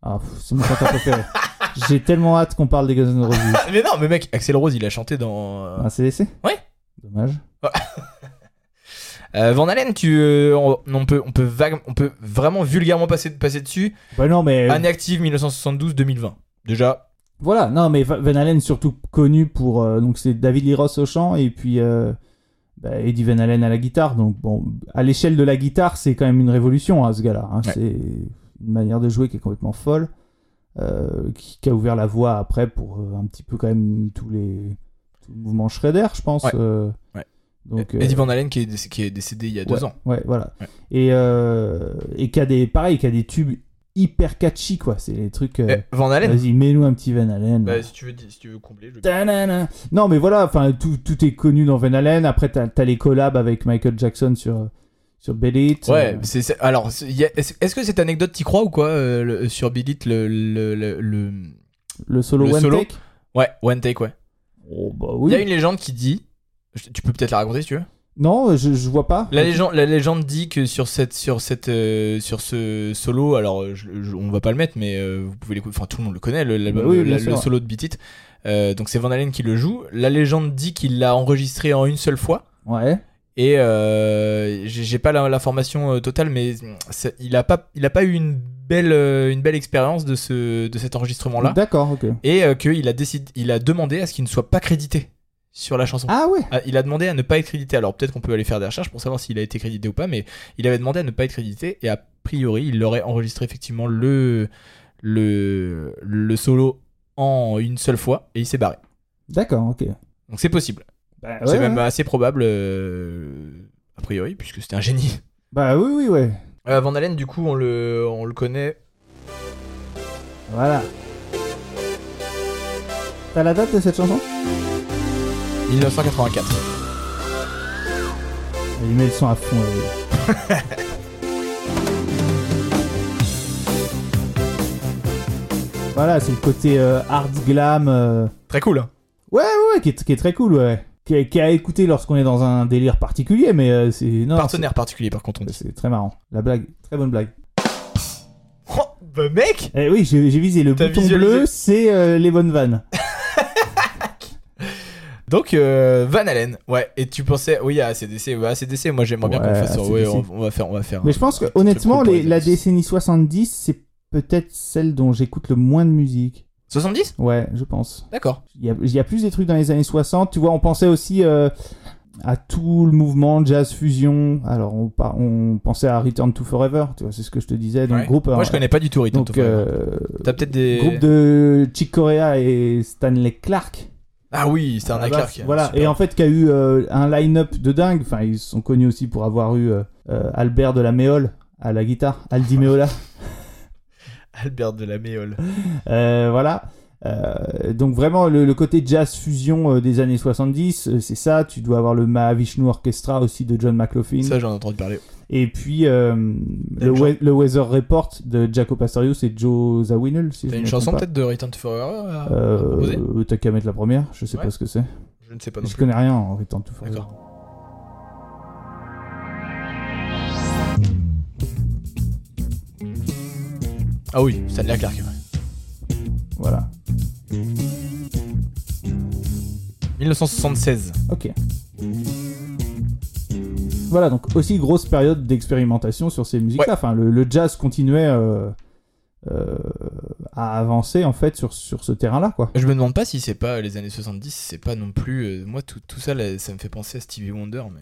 Ah, pff, c'est mon chanteur préféré. J'ai tellement hâte qu'on parle des Guns N' Roses. Ah, mais non, mais mec, Axel Rose, il a chanté dans. euh, ACDC Ouais. Dommage. euh, Van Halen. Tu, euh, on, on peut, on peut vague- on peut vraiment vulgairement passer, passer dessus. Bah non, mais. Année active 1972-2020. Déjà, Voilà, non, mais Va- Van Halen surtout connu pour euh, donc c'est David Lee Roth au chant et puis euh, bah, Eddie Van Halen à la guitare. Donc bon, à l'échelle de la guitare, c'est quand même une révolution à ce gars-là. hein. Ouais. C'est une manière de jouer qui est complètement folle, euh, qui, qui a ouvert la voie après pour euh, un petit peu quand même tous les tout le mouvement Shredder, je pense. Ouais. euh, Ouais. Donc, euh, Eddie Van Halen qui est, déc- qui est décédé il y a deux ouais, ans. Ouais, voilà. Ouais. Et euh, et qui a des pareil, qui a des tubes hyper catchy quoi. C'est les trucs. euh, Eh, Van Halen Vas-y, mets-nous un petit Van Halen. Bah, si, tu veux, si tu veux combler, je... Ta-na-na. Non, mais voilà, enfin, tout, tout est connu dans Van Halen. Après, t'as as les collabs avec Michael Jackson sur, sur Bell It. Ouais, Euh, c'est c'est- alors, c'est- y a- est-ce est-ce que cette anecdote, t'y crois ou quoi euh, le- Sur Bill It, le, le, le, le- le solo le One solo. Take. Ouais, One Take, ouais. Oh, bah Il oui. y a une légende qui dit. je- Tu peux peut-être la raconter si tu veux. Non, je, je vois pas. La légende, la légende dit que sur cette, sur cette, euh, sur ce solo, alors euh, je- je- on va pas le mettre, mais euh, vous pouvez l'écouter. Enfin, tout le monde le connaît, le, l'album- Bah oui, le- bien le sûr. solo de Beat It. Euh, donc c'est Van Halen qui le joue. La légende dit qu'il l'a enregistré en une seule fois. Ouais. Et euh, j'ai j'ai pas la- l'information euh, totale, mais c'est- il a pas, il a pas eu une belle, euh, une belle expérience de ce, de cet enregistrement-là, D'accord, ok. et euh, qu'il a décidé, il a demandé à ce qu'il ne soit pas crédité sur la chanson. Ah ouais. Ah, Il a demandé à ne pas être crédité. Alors peut-être qu'on peut aller faire des recherches pour savoir s'il a été crédité ou pas, mais il avait demandé à ne pas être crédité et a priori il aurait enregistré effectivement le le le solo en une seule fois et il s'est barré. D'accord, ok. Donc c'est possible. Bah, c'est ouais, même ouais. assez probable euh, a priori puisque c'était un génie. Bah oui, oui, ouais. Euh, Van Halen du coup on le on le connaît. Voilà. T'as la date de cette chanson 1984. Il met le son à fond. là, oui. voilà, c'est le côté euh, hard glam. euh, Très cool. hein. Ouais, qui est, qui est très cool, ouais. Qui est, qui est à écouter lorsqu'on est dans un délire particulier, mais euh, c'est. Non, Partenaire particulier par contre on c'est- dit. C'est très marrant. La blague. Très bonne blague. Oh, bah mec Eh oui, j'ai j'ai visé. Le T'as bouton visualisé. Ah, bleu, c'est euh, les bonnes vannes. Donc euh, Van Halen, ouais. Et tu pensais, oui, à ACDC, ouais, ACDC. Moi, j'aimerais bien qu'on Ouais, fasse. ACDC. ouais, on, on va faire, on va faire. Mais un- je pense que, un truc honnêtement, cool pour les- la audiences. décennie 70, c'est peut-être celle dont j'écoute le moins de musique. 70 Ouais, je pense. D'accord. Il y, a, il y a plus des trucs dans les années 60. Tu vois, on pensait aussi euh, à tout le mouvement jazz fusion. Alors, on, par- on pensait à Return to Forever. Tu vois, c'est ce que je te disais. Donc, Ouais. groupe. Moi, euh, je connais pas du tout Rhythm donc, to Forever. euh, T'as peut-être des. groupe de Chick Corea et Stanley Clark. Ah oui, c'est un À la hacker. base, Voilà. Et en fait, qui a eu euh, un line-up de dingue. Enfin, ils sont connus aussi pour avoir eu euh, euh, Albert de la Méole à la guitare, Aldi Meola. Albert de la Méole. Euh, voilà. Euh, donc vraiment le, le côté jazz fusion euh, des années 70, euh, c'est ça. Tu dois avoir le Mahavishnu Orchestra aussi de John McLaughlin. Ça, j'en ai entendu parler. Et puis euh, le, une We- le Weather Report de Jaco Pastorius et Joe Zawinul. Si je T'as me une trompe chanson pas. peut-être de Return to Forever à- à proposer euh, T'as qu'à mettre la première, je sais Ouais. pas ce que c'est. Je ne sais pas non Je plus. connais rien en Return to Forever. D'accord. Ah oui, Stanley Clark. ouais. Voilà. 1976. Ok. Voilà, donc aussi grosse période d'expérimentation sur ces musiques-là. Enfin, le, le jazz continuait euh, euh, à avancer en fait sur, sur ce terrain-là, quoi. Je me demande pas si c'est pas les années 70, si c'est pas non plus. euh, moi, tout, tout ça, là, ça me fait penser à Stevie Wonder, mais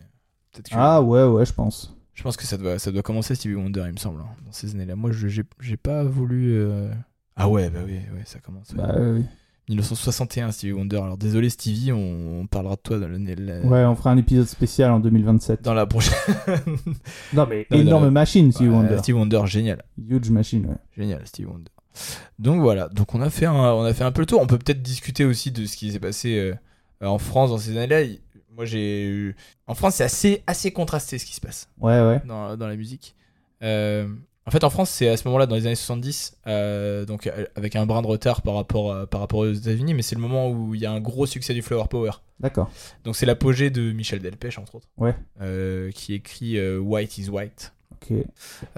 peut-être que. Ah ouais, ouais, je pense. Je pense que ça doit, ça doit commencer Stevie Wonder, il me semble, hein, dans ces années-là. Moi, je j'ai j'ai pas voulu. euh, Ah ouais, bah oui, ouais, ça commence. ouais. Bah, euh, 1961, Stevie Wonder. Alors désolé, Stevie, on, on parlera de toi dans, l'année- la- ouais, on fera un épisode spécial en 2027. dans la prochaine. Non mais Non, mais énorme non, machine, si Ouais, Wonder. Stevie Wonder, génial, Huge machine. Ouais. génial, Stevie Wonder. Donc voilà, donc on a fait un, on a fait un peu le tour. On peut peut-être discuter aussi de ce qui s'est passé euh, en France dans ces années-là. Il- Moi, j'ai eu... en France, c'est assez, assez contrasté ce qui se passe. Ouais, ouais. dans, dans la musique. Euh, en fait, en France, c'est à ce moment-là, dans les années 70, euh, donc euh, avec un brin de retard par rapport, à- par rapport aux États-Unis, mais c'est le moment où il y a un gros succès du Flower Power. D'accord. Donc c'est l'apogée de Michel Delpech, entre autres, Ouais. Euh, qui écrit euh, White is White. Ok.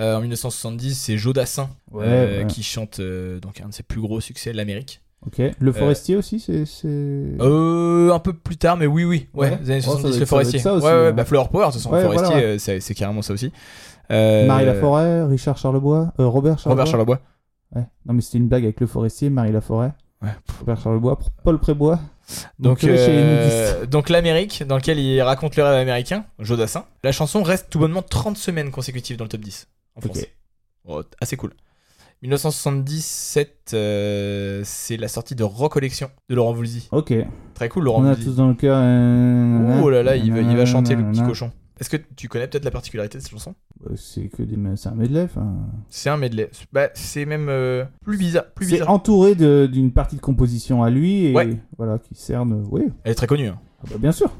Euh, en 1970, c'est Joe Dassin Ouais. euh, ouais. qui chante euh, donc un de ses plus gros succès, l'Amérique. Ok. Le forestier aussi, c'est. c'est- Euh, un peu plus tard, mais oui, oui, ouais, Ouais. les années 70, Oh, ça doit être- le ça doit être forestier. ça aussi, ouais, ouais, ouais. bah, Flower Power, de toute façon, Ouais, le forestier, voilà. euh, c'est c'est carrément ça aussi. Euh, Marie Laforêt, Richard Charlebois, euh, Robert Charlebois. Robert Charlebois. Ouais. Non mais c'était une blague avec le forestier, Marie Laforêt. Ouais. Robert Charlebois, pour Paul Prébois. Donc, Donc, chez euh, donc l'Amérique, dans lequel il raconte le rêve américain, Jodassin. La chanson reste tout bonnement 30 semaines consécutives dans le top 10 en Ok. France. Oh, assez cool. 1977, euh, c'est la sortie de Recollection de Laurent Voulzy. Ok, Très cool, Laurent on a Voulzy. tous dans le cœur. euh, Oh là là, il va, il va chanter le petit nanana. cochon. Est-ce que tu connais peut-être la particularité de cette chanson Bah, C'est que des, c'est un medley. enfin. C'est un medley. Bah, c'est même euh, plus bizarre. Plus C'est bizarre. entouré de- d'une partie de composition à lui et Ouais. voilà qui cerne. Oui, Elle est très connue. hein. ah bah, bien sûr.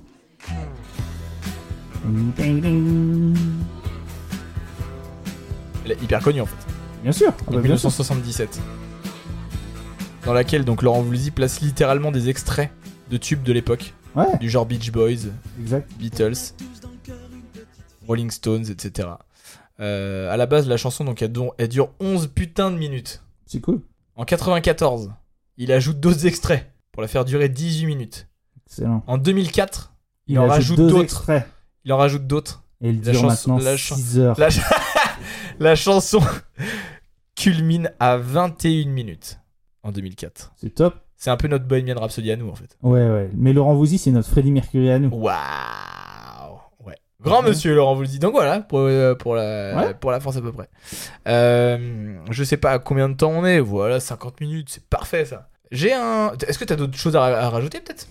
Elle est hyper connue en fait. Bien sûr. Ah de bah, bien sûr. 1977. Dans laquelle donc Laurent Voulzy place littéralement des extraits de tubes de l'époque, Ouais, du genre Beach Boys, exact. Beatles, Rolling Stones, etc. Euh, à la base, la chanson donc elle, don- elle dure 11 putains de minutes. C'est cool. En 94, il ajoute d'autres extraits pour la faire durer 18 minutes. Excellent. En 2004, il, en ajoute rajoute deux d'autres. extraits Il en rajoute d'autres. et il La dure chanson- maintenant la chan- 6 heures. La, ch- la chanson culmine à 21 minutes en 2004. C'est top. C'est un peu notre Bohemian Rhapsody à nous, en fait. Ouais, ouais. Mais Laurent Voulzy, c'est notre Freddie Mercury Oh. à nous. Waouh Ouais. Grand monsieur Laurent vous le dit. Donc voilà, pour, euh, pour, la, Ouais. pour la France à peu près. Euh, je sais pas à combien de temps on est. Voilà, 50 minutes, c'est parfait ça. J'ai un. Est-ce que t'as d'autres choses à, à rajouter peut-être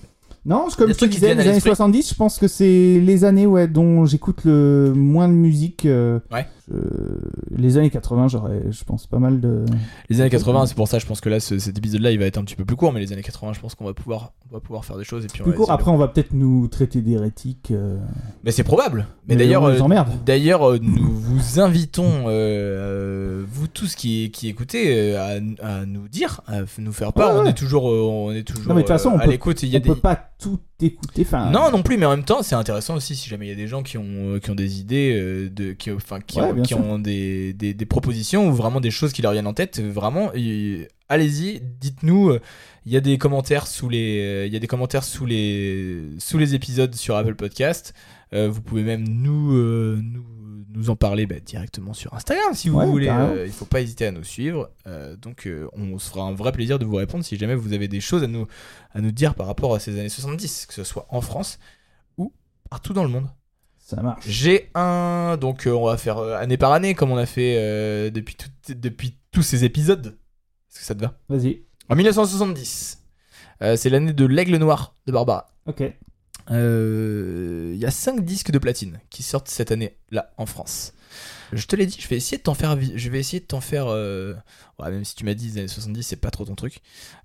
Non, c'est comme Des je te trucs qui disais, viennent à les années l'esprit. 70, je pense que c'est les années ouais, dont j'écoute le moins de musique. euh, Ouais. je- Les années 80, j'aurais, je pense, pas mal de. Les années 80, c'est pour ça, je pense que là, ce- cet épisode-là, il va être un petit peu plus court. Mais les années 80, je pense qu'on va pouvoir, on va pouvoir faire des choses. Et puis on Plus va court, essayer de- après, on va peut-être nous traiter d'hérétiques. euh, Mais c'est probable. Mais, mais d'ailleurs, on euh, les emmerde. D'ailleurs, euh, nous vous invitons, euh, vous tous qui, qui écoutez, euh, à, à nous dire, à f- nous faire part. Ouais, on, ouais. Est toujours, euh, on est toujours Non, mais de toute façon, euh, on à peut- l'écoute. Il y On a des... peut pas tout écouter. Enfin, Non, non plus, mais en même temps, c'est intéressant aussi si jamais il y a des gens qui ont, euh, qui ont des idées, euh, de, qui, enfin, qui, Ouais, ont, bien qui sûr. ont des, des, des propositions ou vraiment des choses qui leur viennent en tête. euh, Vraiment, et- allez-y, dites-nous. euh, Il y a des commentaires sous les, euh, il y a des commentaires sous les, sous les épisodes sur Apple Podcast. Euh, vous pouvez même nous, euh, nous, nous en parler bah, directement sur Instagram si vous Ouais, voulez. carrément. Euh, il faut pas hésiter à nous suivre. Euh, donc, euh, on se fera un vrai plaisir de vous répondre si jamais vous avez des choses à nous, à nous dire par rapport à ces années 70, que ce soit en France ou partout dans le monde. ça marche. J'ai un. Donc, euh, on va faire euh, année par année, comme on a fait euh, depuis, tout- depuis tous ces épisodes. Est-ce que ça te va Vas-y. En 1970, euh, c'est l'année de l'aigle noir de Barbara. Ok. Euh, Il y a 5 disques de platine qui sortent cette année-là en France. Je te l'ai dit, je vais essayer de t'en faire. vi- Je vais essayer de t'en faire. euh, ouais, même si tu m'as dit les années 70, c'est pas trop ton truc.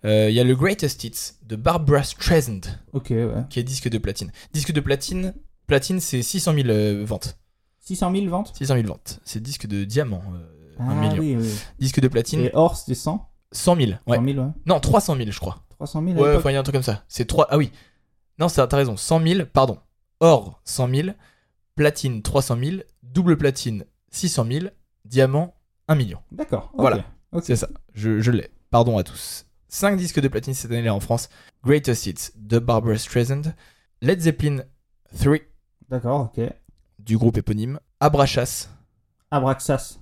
Euh, Il y a le Greatest Hits de Barbara Streisand Ok, ouais. qui est disque de platine. Disque de platine, platine c'est 600 000 euh, ventes. 600 000 ventes 600 000 ventes. C'est disque de diamant. euh, un Ah million. oui, oui. Disque de platine, Et or, c'était 100 100 000. Ouais. 100 000, ouais. Non, 300 000, je crois. 300 000 à Ouais, l'époque. enfin, il y a un truc comme ça. C'est 3. Ah oui. Non, ça, t'as raison. 100 000, pardon. Or, 100 000. Platine, 300 000. Double platine, 600 000. Diamant, 1 million. D'accord. ok. Voilà. Ok. C'est ça. Je, je l'ai. Pardon à tous. 5 disques de platine cette année-là en France. Greatest Hits de Barbara Streisand. Led Zeppelin 3 D'accord, ok. du groupe éponyme. Abrachas Abraxas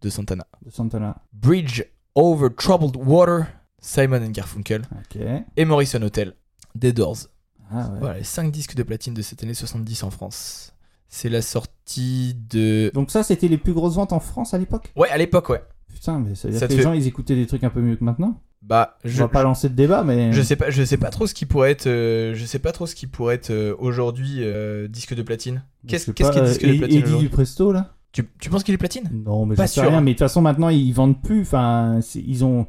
de Santana. de Santana. Bridge Over Troubled Water. Simon and Garfunkel. Ok. Et Morrison Hotel. Des Doors. Ah ouais. Voilà, les 5 disques de platine de cette année 70 en France. C'est la sortie de. Donc ça, c'était les plus grosses ventes en France à l'époque Ouais, à l'époque, ouais. Putain, mais ça veut dire Ça que te les fait- gens, ils écoutaient des trucs un peu mieux que maintenant Bah, Je je, va pas lancer de débat, mais... je sais pas, je sais pas trop ce qui pourrait être, euh, je sais pas trop ce qui pourrait être euh, aujourd'hui euh, disque de platine. Qu'est-ce qu'est-ce qui est disque de platine Eddie du aujourd'hui Presto, là tu, tu penses qu'il est platine Non, mais Pas j'en sais sûr. rien. Mais de toute façon, maintenant, ils vendent plus. Enfin, c'est- ils ont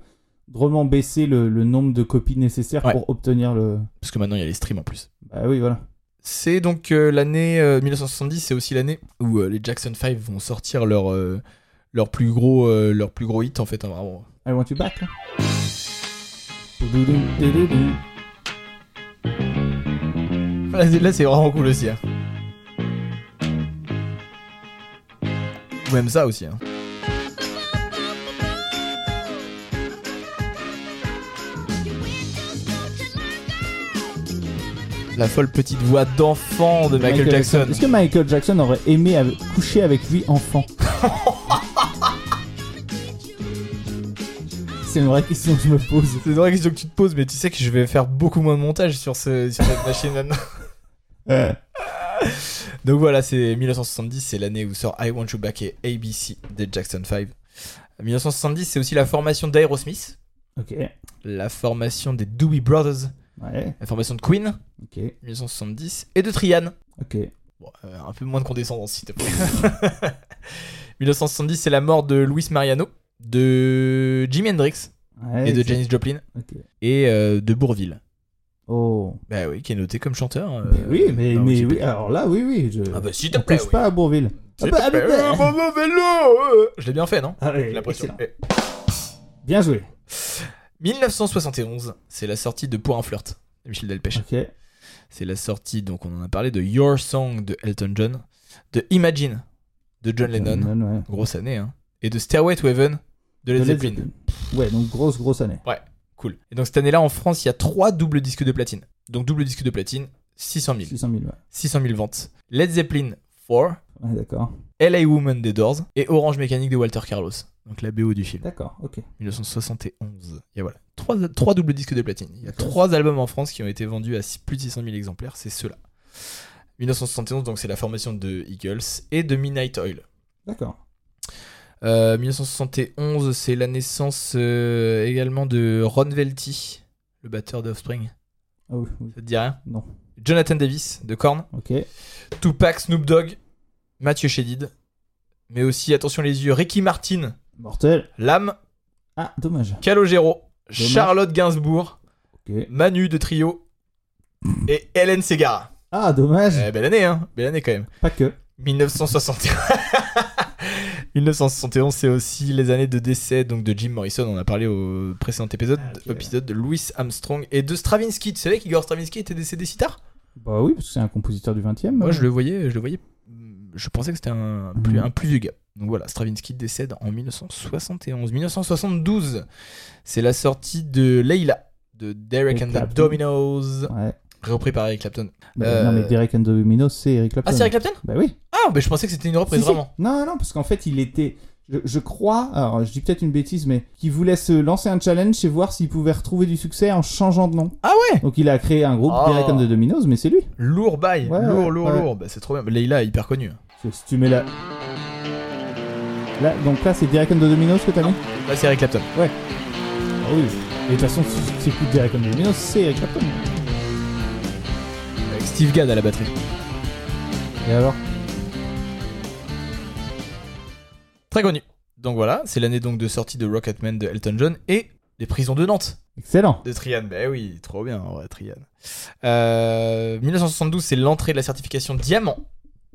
drôlement baissé le, le nombre de copies nécessaires Ouais. pour obtenir le... Parce que maintenant il y a les streams en plus. Bah oui, voilà. C'est donc euh, l'année euh, 1970, c'est aussi l'année où euh, les Jackson 5 vont sortir leur euh, leur plus gros euh, leur plus gros hit en fait, hein, vraiment. I want you back, là. Doudoudou, doudoudou. Là, c'est- là, c'est vraiment cool aussi. hein. Ou même ça aussi. hein. La folle petite voix d'enfant de Michael, Jackson. Est-ce que Michael Jackson aurait aimé av- coucher avec lui enfant C'est une vraie question que je me pose. C'est une vraie question que tu te poses, mais tu sais que je vais faire beaucoup moins de montage sur, ce, sur cette machine maintenant. Euh, Donc voilà, c'est 1970, c'est l'année où sort I Want You Back et ABC des Jackson 5. 1970, c'est aussi la formation d'Aerosmith, ok. la formation des Doobie Brothers, Ouais, la formation de Queen, ok, 1970, et de Trian. ok. Bon, euh, un peu moins de condescendance, s'il te plaît. 1970, c'est la mort de Luis Mariano, de Jimi Hendrix Ouais, et de Ah c'est- Janis Joplin ok. et euh, de Bourville. Oh. Bah oui, qui est noté comme chanteur. euh, Mais oui, mais, dans mais oui, Wikipédia. alors là, oui, oui. Je... Ah bah s'il te On plaît, touche oui. pas à Bourville. S'il Ah bah, te plaît. ah bah, Euh, bon, bon, vélo, euh. Je l'ai bien fait, non Ah ouais, J'ai l'impression. excellent. Eh. Bien joué. 1971, c'est la sortie de Pour un flirt de Michel Delpech. Ok. C'est la sortie, donc on en a parlé, de Your Song de Elton John, de Imagine de John Lennon, ouais. grosse année, hein, et de Stairway to Heaven de Led De Led Zeppelin. Zeppelin. Ouais, donc grosse, grosse année. Cool. Et donc cette année-là, en France, il y a trois doubles disques de platine. Donc double disque de platine, 600 000. 600 000, ouais. 600 000 ventes. Led Zeppelin 4, Ouais, d'accord. LA Woman des Doors et Orange Mécanique de Walter Carlos. Donc la BO du film. D'accord, ok. 1971. Et voilà, trois, trois doubles disques de platine. Il y a D'accord. trois albums en France qui ont été vendus à six- plus de 600 000 exemplaires, c'est ceux-là. 1971, donc c'est la formation de Eagles et de Midnight Oil. D'accord. Euh, 1971, c'est la naissance euh, également de Ron Velty, le batteur d'Offspring. Ah oui, oui. Ça te dit rien Non. Jonathan Davis de Korn, Ok. Tupac, Snoop Dogg, Mathieu Chédid, mais aussi, attention les yeux, Ricky Martin, Mortel. Lame, Ah, dommage. Calogero, Dommage. Charlotte Gainsbourg, Ok. Manu de Trio et Hélène Ségara. Ah, dommage. Euh, belle année, hein Belle année quand même. Pas que. 1971. 1971, c'est aussi les années de décès donc de Jim Morrison. On a parlé au précédent épisode, Ah, ok. épisode de Louis Armstrong et de Stravinsky. Tu savais qu'Igor Stravinsky était décédé si tard Bah oui, parce que c'est un compositeur du 20 e Moi, je le voyais, je le voyais. Je pensais que c'était un plus, Mhm. un plus vieux gars. Donc voilà, Stravinsky décède en 1971. 1972, c'est la sortie de Leila de Derek Et and the Clapton. Dominoes, Ouais. repris par Eric Clapton. Bah, Euh, Non, mais Derek and Domino, c'est Eric Clapton. Ah, c'est Eric Clapton Bah oui. Ah, mais je pensais que c'était une reprise, Si, si. vraiment. Non, non, parce qu'en fait, il était. Je, je crois, alors je dis peut-être une bêtise, mais qu'il voulait se lancer un challenge et voir s'il pouvait retrouver du succès en changeant de nom. Ah ouais Donc il a créé un groupe, Ah. Derek and the Dominoes, mais c'est lui. Lourd bail, Ouais, lourd, ouais, lourd, ouais. lourd. Bah, c'est trop bien. Leila est hyper connue. Parce que si tu mets la. Là, donc là, c'est Derek and the Dominoes que t'as Non. mis Là, c'est Eric Clapton. Ah oui. Et de toute façon, si c'est plus Derek and the Dominoes, c'est Eric Clapton. Avec Steve Gadd à la batterie. Et alors Très connu. Donc voilà, c'est l'année donc de sortie de Rocketman de Elton John et Les Prisons de Nantes Excellent. de Trian. Bah oui, trop bien, en vrai, Trian. Euh, 1972, c'est l'entrée de la certification Diamant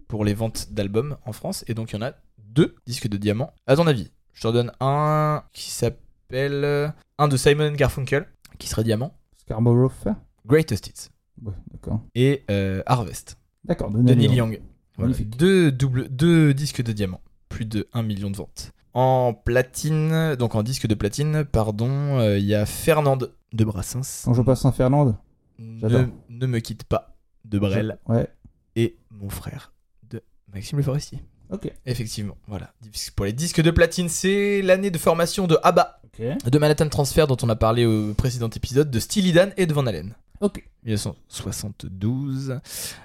pour les ventes d'albums en France. Et donc, il y en a deux disques de Diamant. À ton avis, je t'en donne un qui s'appelle. euh, Un de Simon Garfunkel, qui serait Diamant. Scarborough Fair Greatest Hits. Ouais, d'accord. et euh, Harvest D'accord, de donnez Neil Young. Voilà, Magnifique. Deux, double, deux disques de diamant, plus de 1 million de ventes. En platine, donc en disque de platine, pardon, euh, il y a Fernande de Brassens, Quand je passe en Finlande. ne, j'adore. Ne me quitte pas de Brel Ouais. et Mon frère de Maxime Le Forestier. Ok. Effectivement, voilà. Pour les disques de platine, c'est l'année de formation de ABBA, Ok. de Manhattan Transfer dont on a parlé au précédent épisode, de Steely Dan et de Van Halen. Ok. 1972.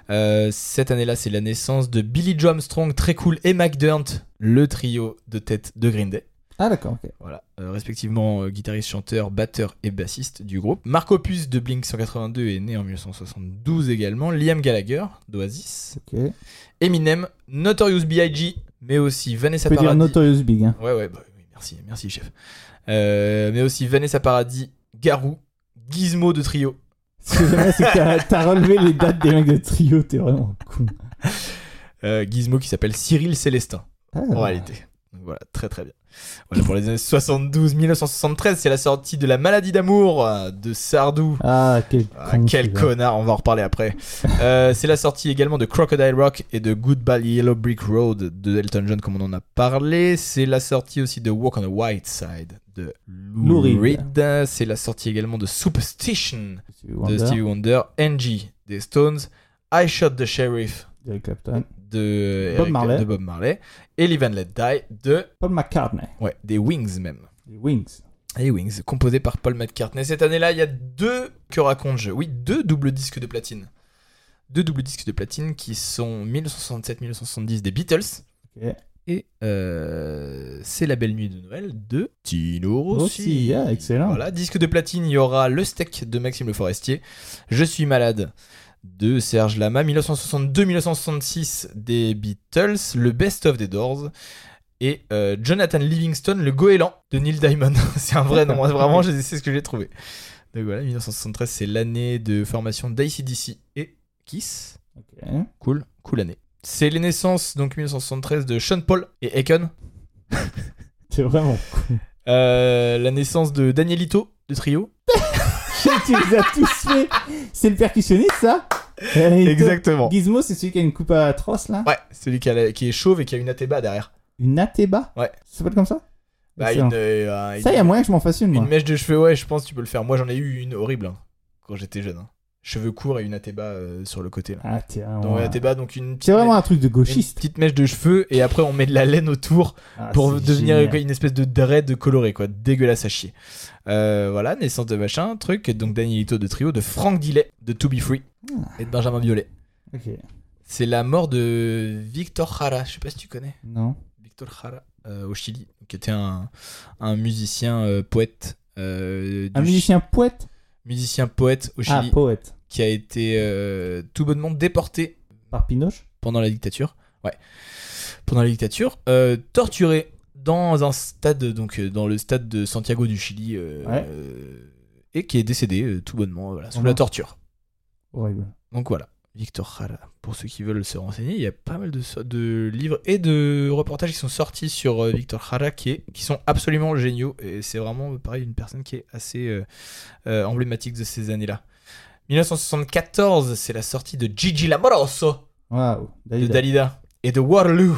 Euh, cette année-là, c'est la naissance de Billy Joe Armstrong, très cool, et McDermott, le trio de tête de Green Day. Ah d'accord, ok. Voilà, Euh, respectivement euh, guitariste, chanteur, batteur et bassiste du groupe. Mark Opus de Blink 182 est né en 1972 également. Liam Gallagher d'Oasis. Ok. Tu Eminem, Notorious B.I.G., mais aussi Vanessa peux dire Paradis. Notorious Big. Hein. Ouais, ouais, bah oui, merci, merci, chef. Euh, mais aussi Vanessa Paradis, Garou, Gizmo de trio. Ce que j'aime bien, c'est que t'as- t'as relevé les dates des mecs de trio, t'es vraiment con. Euh, Gizmo qui s'appelle Cyril Célestin. Ah, en réalité. Donc voilà, très très bien. Voilà pour les années 72, 1973, c'est la sortie de La Maladie d'amour euh, de Sardou. Ah, quel Ah, con. quel celui-là. connard, on va en reparler après. Euh, c'est la sortie également de Crocodile Rock et de Goodbye Yellow Brick Road de Elton John, comme on en a parlé. C'est la sortie aussi de Walk on the White Side de Lou Lou Reed. Reed. C'est la sortie également de Superstition Stevie Wonder, de Stevie Wonder, NG des Stones, I Shot the Sheriff Eric Clapton, de Ben, Bob Marley. de Bob Marley et Live and Let Die de Paul McCartney, Ouais, des Wings même. les Wings. Et Wings, composé par Paul McCartney. Cette année-là, il y a deux, que raconte-je Oui, deux doubles disques de platine. Deux doubles disques de platine qui sont 1967-1970 des Beatles. Ok. Et euh, c'est la belle nuit de Noël de Tino Rossi. Rossi, yeah, excellent. Voilà, disque de platine, il y aura Le Steak de Maxime Le Forestier, Je suis malade de Serge Lama, 1962-1966 des Beatles, Le Best of des Doors, et euh, Jonathan Livingston, le goéland de Neil Diamond. c'est un vrai nom, hein. vraiment, je- c'est ce que j'ai trouvé. Donc voilà, 1973, c'est l'année de formation d'ICDC et Kiss. Ok. Cool, cool année. C'est les naissances, donc 1973, de Sean Paul et Akon. C'est vraiment. Euh, la naissance de Danielito, de Trio. tu les as tous fait. C'est le percussionniste, ça Euh, Exactement. Gizmo, c'est celui qui a une coupe atroce, là. Ouais, celui qui, a la- qui est chauve et qui a une atéba derrière. Une atéba Ouais. Ça s'appelle comme ça Bah, Excellent. une, euh, un- Ça, il y a moyen hein. que je m'en fasse une, une moi. mèche de cheveux, ouais, je pense que tu peux le faire. Moi, j'en ai eu une horrible hein, quand j'étais jeune. hein. Cheveux courts et une atéba euh, sur le côté. Là. Ah, tiens. Donc, ouais. atéba, donc une petite, C'est vraiment un truc de une gauchiste. petite mèche de cheveux et après on met de la laine autour Ah, pour c'est devenir génial. une espèce de dread coloré quoi dégueulasse à chier Euh, voilà naissance de machin truc donc Danielito de trio de Frank Dillet de To Be Free Ah. et de Benjamin Violet Ok. c'est la mort de Victor Jara je sais pas si tu connais Non. Victor Jara euh, au Chili qui était un, un musicien euh, poète euh, Un du- musicien poète musicien poète au Ah, Chili poète. qui a été euh, tout bonnement déporté Par Pinoche pendant la dictature. Ouais. Pendant la dictature, euh, torturé dans un stade, donc euh, dans le stade de Santiago du Chili, euh, Ouais. euh, et qui est décédé euh, tout bonnement, voilà, sous Oh la non. torture. Horrible. Donc voilà, Victor Jara. Pour ceux qui veulent se renseigner, il y a pas mal de, so- de livres et de reportages qui sont sortis sur euh, Victor Jara qui, est- qui sont absolument géniaux. Et c'est vraiment, euh, pareil, une personne qui est assez euh, euh, emblématique de ces années-là. 1974, c'est la sortie de Gigi Lamoroso Waouh. de Dalida. Dalida et de Waterloo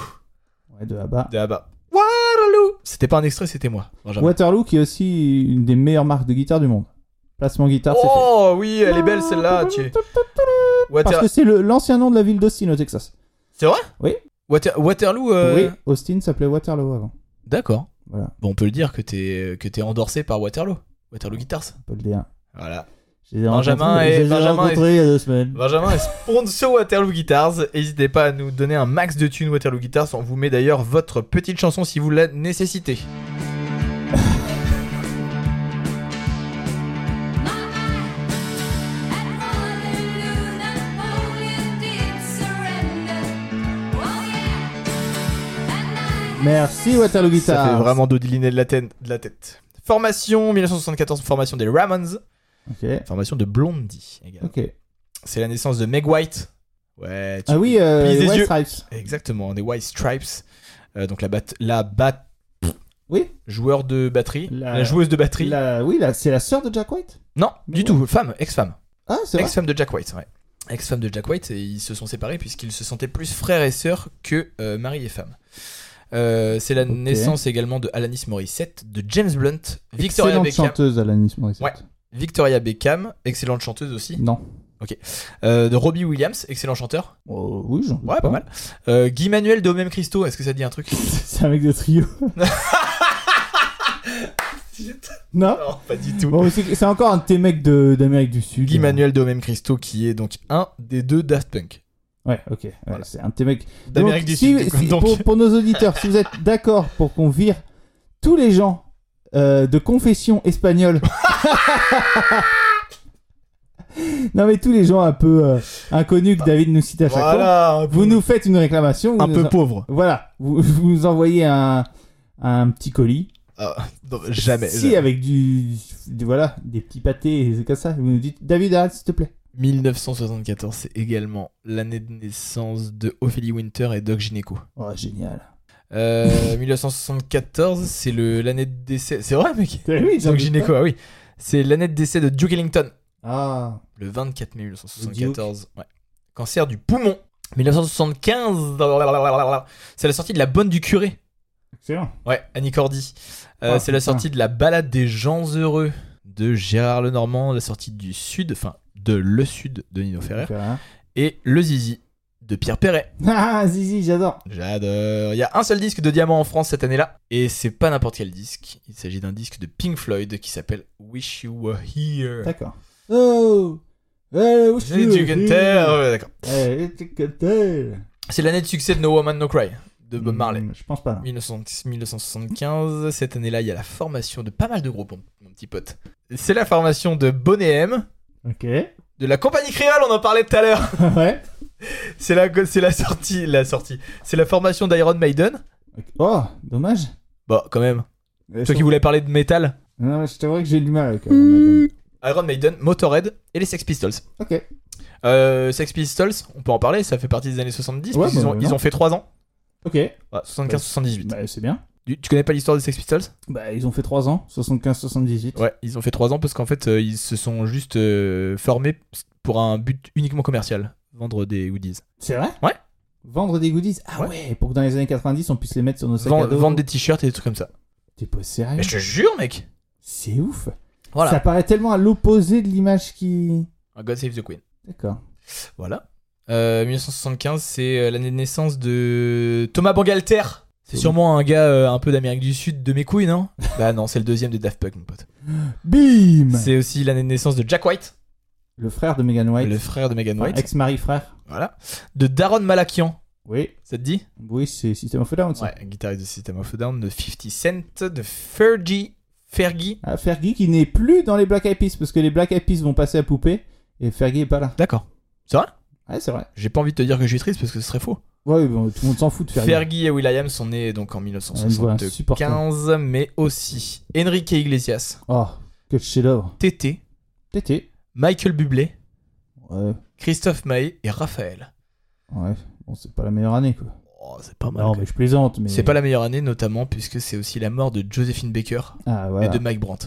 Ouais, de Abba. de Abba. Waterloo C'était pas un extrait, c'était moi. Benjamin. Waterloo, qui est aussi une des meilleures marques de guitare du monde. Placement guitare, c'est fait. oh oui, elle est belle celle-là. tu- Parce Water... que c'est le- l'ancien nom de la ville d'Austin au Texas. C'est vrai Oui. Water- Waterloo. euh, Oui, Austin s'appelait Waterloo avant. D'accord. Voilà. Bon, on peut le dire que t'es que t'es endorsé par Waterloo. Waterloo Guitars. Paul D1. Voilà. Je les ai Benjamin rencontrés- et- je les ai Benjamin rencontrés il y a deux semaines. Benjamin est sponsor Waterloo Guitars. N'hésitez pas à nous donner un max de tunes Waterloo Guitars. On vous met d'ailleurs votre petite chanson si vous la nécessitez. Merci Waterloo Guitar. Ça fait vraiment dodiliner de la, tête- de la tête. Formation 1974, formation des Ramones. Ok. Formation de Blondie également. Ok. C'est la naissance de Meg White. Ouais. tu- Ah oui, euh, Plie des White yeux. Stripes. Exactement, des White Stripes. Euh, donc la bat, la bat, Oui. joueur de batterie, la, La- joueuse de batterie. La- oui, la- c'est la sœur de Jack White. Non, Mais du ouais. tout, femme, ex-femme, Ah, c'est vrai. ex-femme de Jack White, ouais. Ex-femme de Jack White, et ils se sont séparés puisqu'ils se sentaient plus frères et sœurs que euh, mari et femme. Euh, c'est la Ok. naissance également de Alanis Morissette, de James Blunt, Victoria Excellente Beckham, chanteuse Alanis Morissette. Ouais. Victoria Beckham, excellente chanteuse aussi, Non. Euh, de Robbie Williams, excellent chanteur, Oh, oui, j'en doute ouais, pas mal. Euh, Guy Manuel de Homem Christo, est-ce que ça te dit un truc c'est un mec de trio. Non, non. pas du tout. Bon, c'est c'est encore un de tes mecs de- d'Amérique du Sud. Guy Manuel Domem Christo qui est donc un des deux Daft Punk Ouais, ok. Ouais, Voilà. C'est un de tes mecs d'Amérique Donc, du si- Sud. si- donc. Pour, pour nos auditeurs, si vous êtes d'accord pour qu'on vire tous les gens euh, de confession espagnole. non, mais tous les gens un peu euh, inconnus que David nous cite à chaque fois. Bah, voilà, un peu- Vous nous faites une réclamation. vous un nous peu en- pauvre. Voilà. Vous, vous nous envoyez un, un petit colis. Ah, non, jamais. Si, jamais. avec du, du- Voilà, des petits pâtés et comme ça. Vous nous dites David, arrête, s'il te plaît. 1974, c'est également l'année de naissance de Ophélie Winter et Doc Gineco. Oh, génial. Euh, 1974, c'est le- l'année de décès. C'est vrai, mec Eh oui, j'en Doc doute Gineco, ah oui. C'est l'année de décès de Duke Ellington. Ah, le 24 mai 1974. Ouais. Cancer du poumon. 1975. C'est la sortie de La Bonne du Curé. excellent. Ouais, Annie Cordy. Euh, Ah, c'est la putain. sortie de La Balade des gens heureux de Gérard Lenormand. La sortie du Sud, enfin de Le Sud de Nino Ferrer. Super, hein. Et Le Zizi de Pierre Perret. Ah, Zizi, j'adore. J'adore. Il y a un seul disque de diamant en France cette année-là. Et c'est pas n'importe quel disque. Il s'agit d'un disque de Pink Floyd qui s'appelle Wish You Were Here. D'accord. Oh eh, où J'ai du tu es Gunther, ouais, d'accord. Eh, tu Gunther. C'est l'année de succès de No Woman No Cry de Bob Marley. Hmm, Je pense pas. 1970 1975, cette année-là, il y a la formation de pas mal de groupes, mon, mon petit pote. C'est la formation de Boney M, Ok. Ah de la compagnie créole, on en parlait tout à l'heure. ouais. C'est la, c'est la sortie, la sortie. C'est la formation d'Iron Maiden. Ok. Oh, dommage. Bon, quand même. Toi Toi qui voulais Hmm. parler de métal, Non, mais je t'avoue que j'ai du mal avec. euh, Madame. Iron Maiden, Motorhead et les Sex Pistols. Ok. Euh, Sex Pistols, on peut en parler, ça fait partie des années 70. Ouais, puisqu'ils bah, ont, non. ils ont fait 3 ans. Ok. Ouais, 75-78. Bah, c'est bien. Tu tu connais pas l'histoire des Sex Pistols Bah, ils ont fait 3 ans, 75-78. Ouais, ils ont fait 3 ans parce qu'en fait, euh, ils se sont juste euh, formés pour un but uniquement commercial vendre des goodies. C'est vrai Ouais. Vendre des goodies Ah ouais. pour que dans les années 90, on puisse les mettre sur nos sacs Vend- à dos. vendre des t-shirts et des trucs comme ça. T'es pas sérieux Mais je te jure, mec C'est ouf. Voilà. Ça paraît tellement à l'opposé de l'image qui... Un God Save the Queen. D'accord. Voilà. Euh, 1975, c'est euh, l'année de naissance de Thomas Bangalter. C'est sûrement un gars euh, un peu d'Amérique du Sud de mes couilles, non Bah non, c'est le deuxième des Daft Punk, mon pote. Bim C'est aussi l'année de naissance de Jack White, Le frère de Megan White. le frère de Megan Enfin, White. Ex-mari frère. Voilà. De Daron Malakian. Oui. Ça te dit Oui, c'est System of a Down, ça. Ouais, guitariste de System of a Down, de 50 Cent, de Fergie. Fergie. Ah, Fergie qui n'est plus dans les Black Eyed Peas, parce que les Black Eyed Peas vont passer à poupée, et Fergie est pas là. D'accord. C'est vrai Ouais, c'est vrai. J'ai pas envie de te dire que je suis triste parce que ce serait faux. Ouais, bon, tout le monde s'en fout de Fergie. Fergie et Will.i.am sont nés donc en une voix 1975, insupportable. mais aussi Enrique Iglesias, Oh, que de chef-d'œuvre. Tété, Tété. Michael Bublé, Ouais, Christophe Maé et Raphaël. ouais. Bon, c'est pas la meilleure année, quoi. Oh, c'est pas mal. Non, quand mais même. je plaisante, mais. C'est pas la meilleure année notamment puisque c'est aussi la mort de Josephine Baker Ah, voilà. et de Mike Brandt.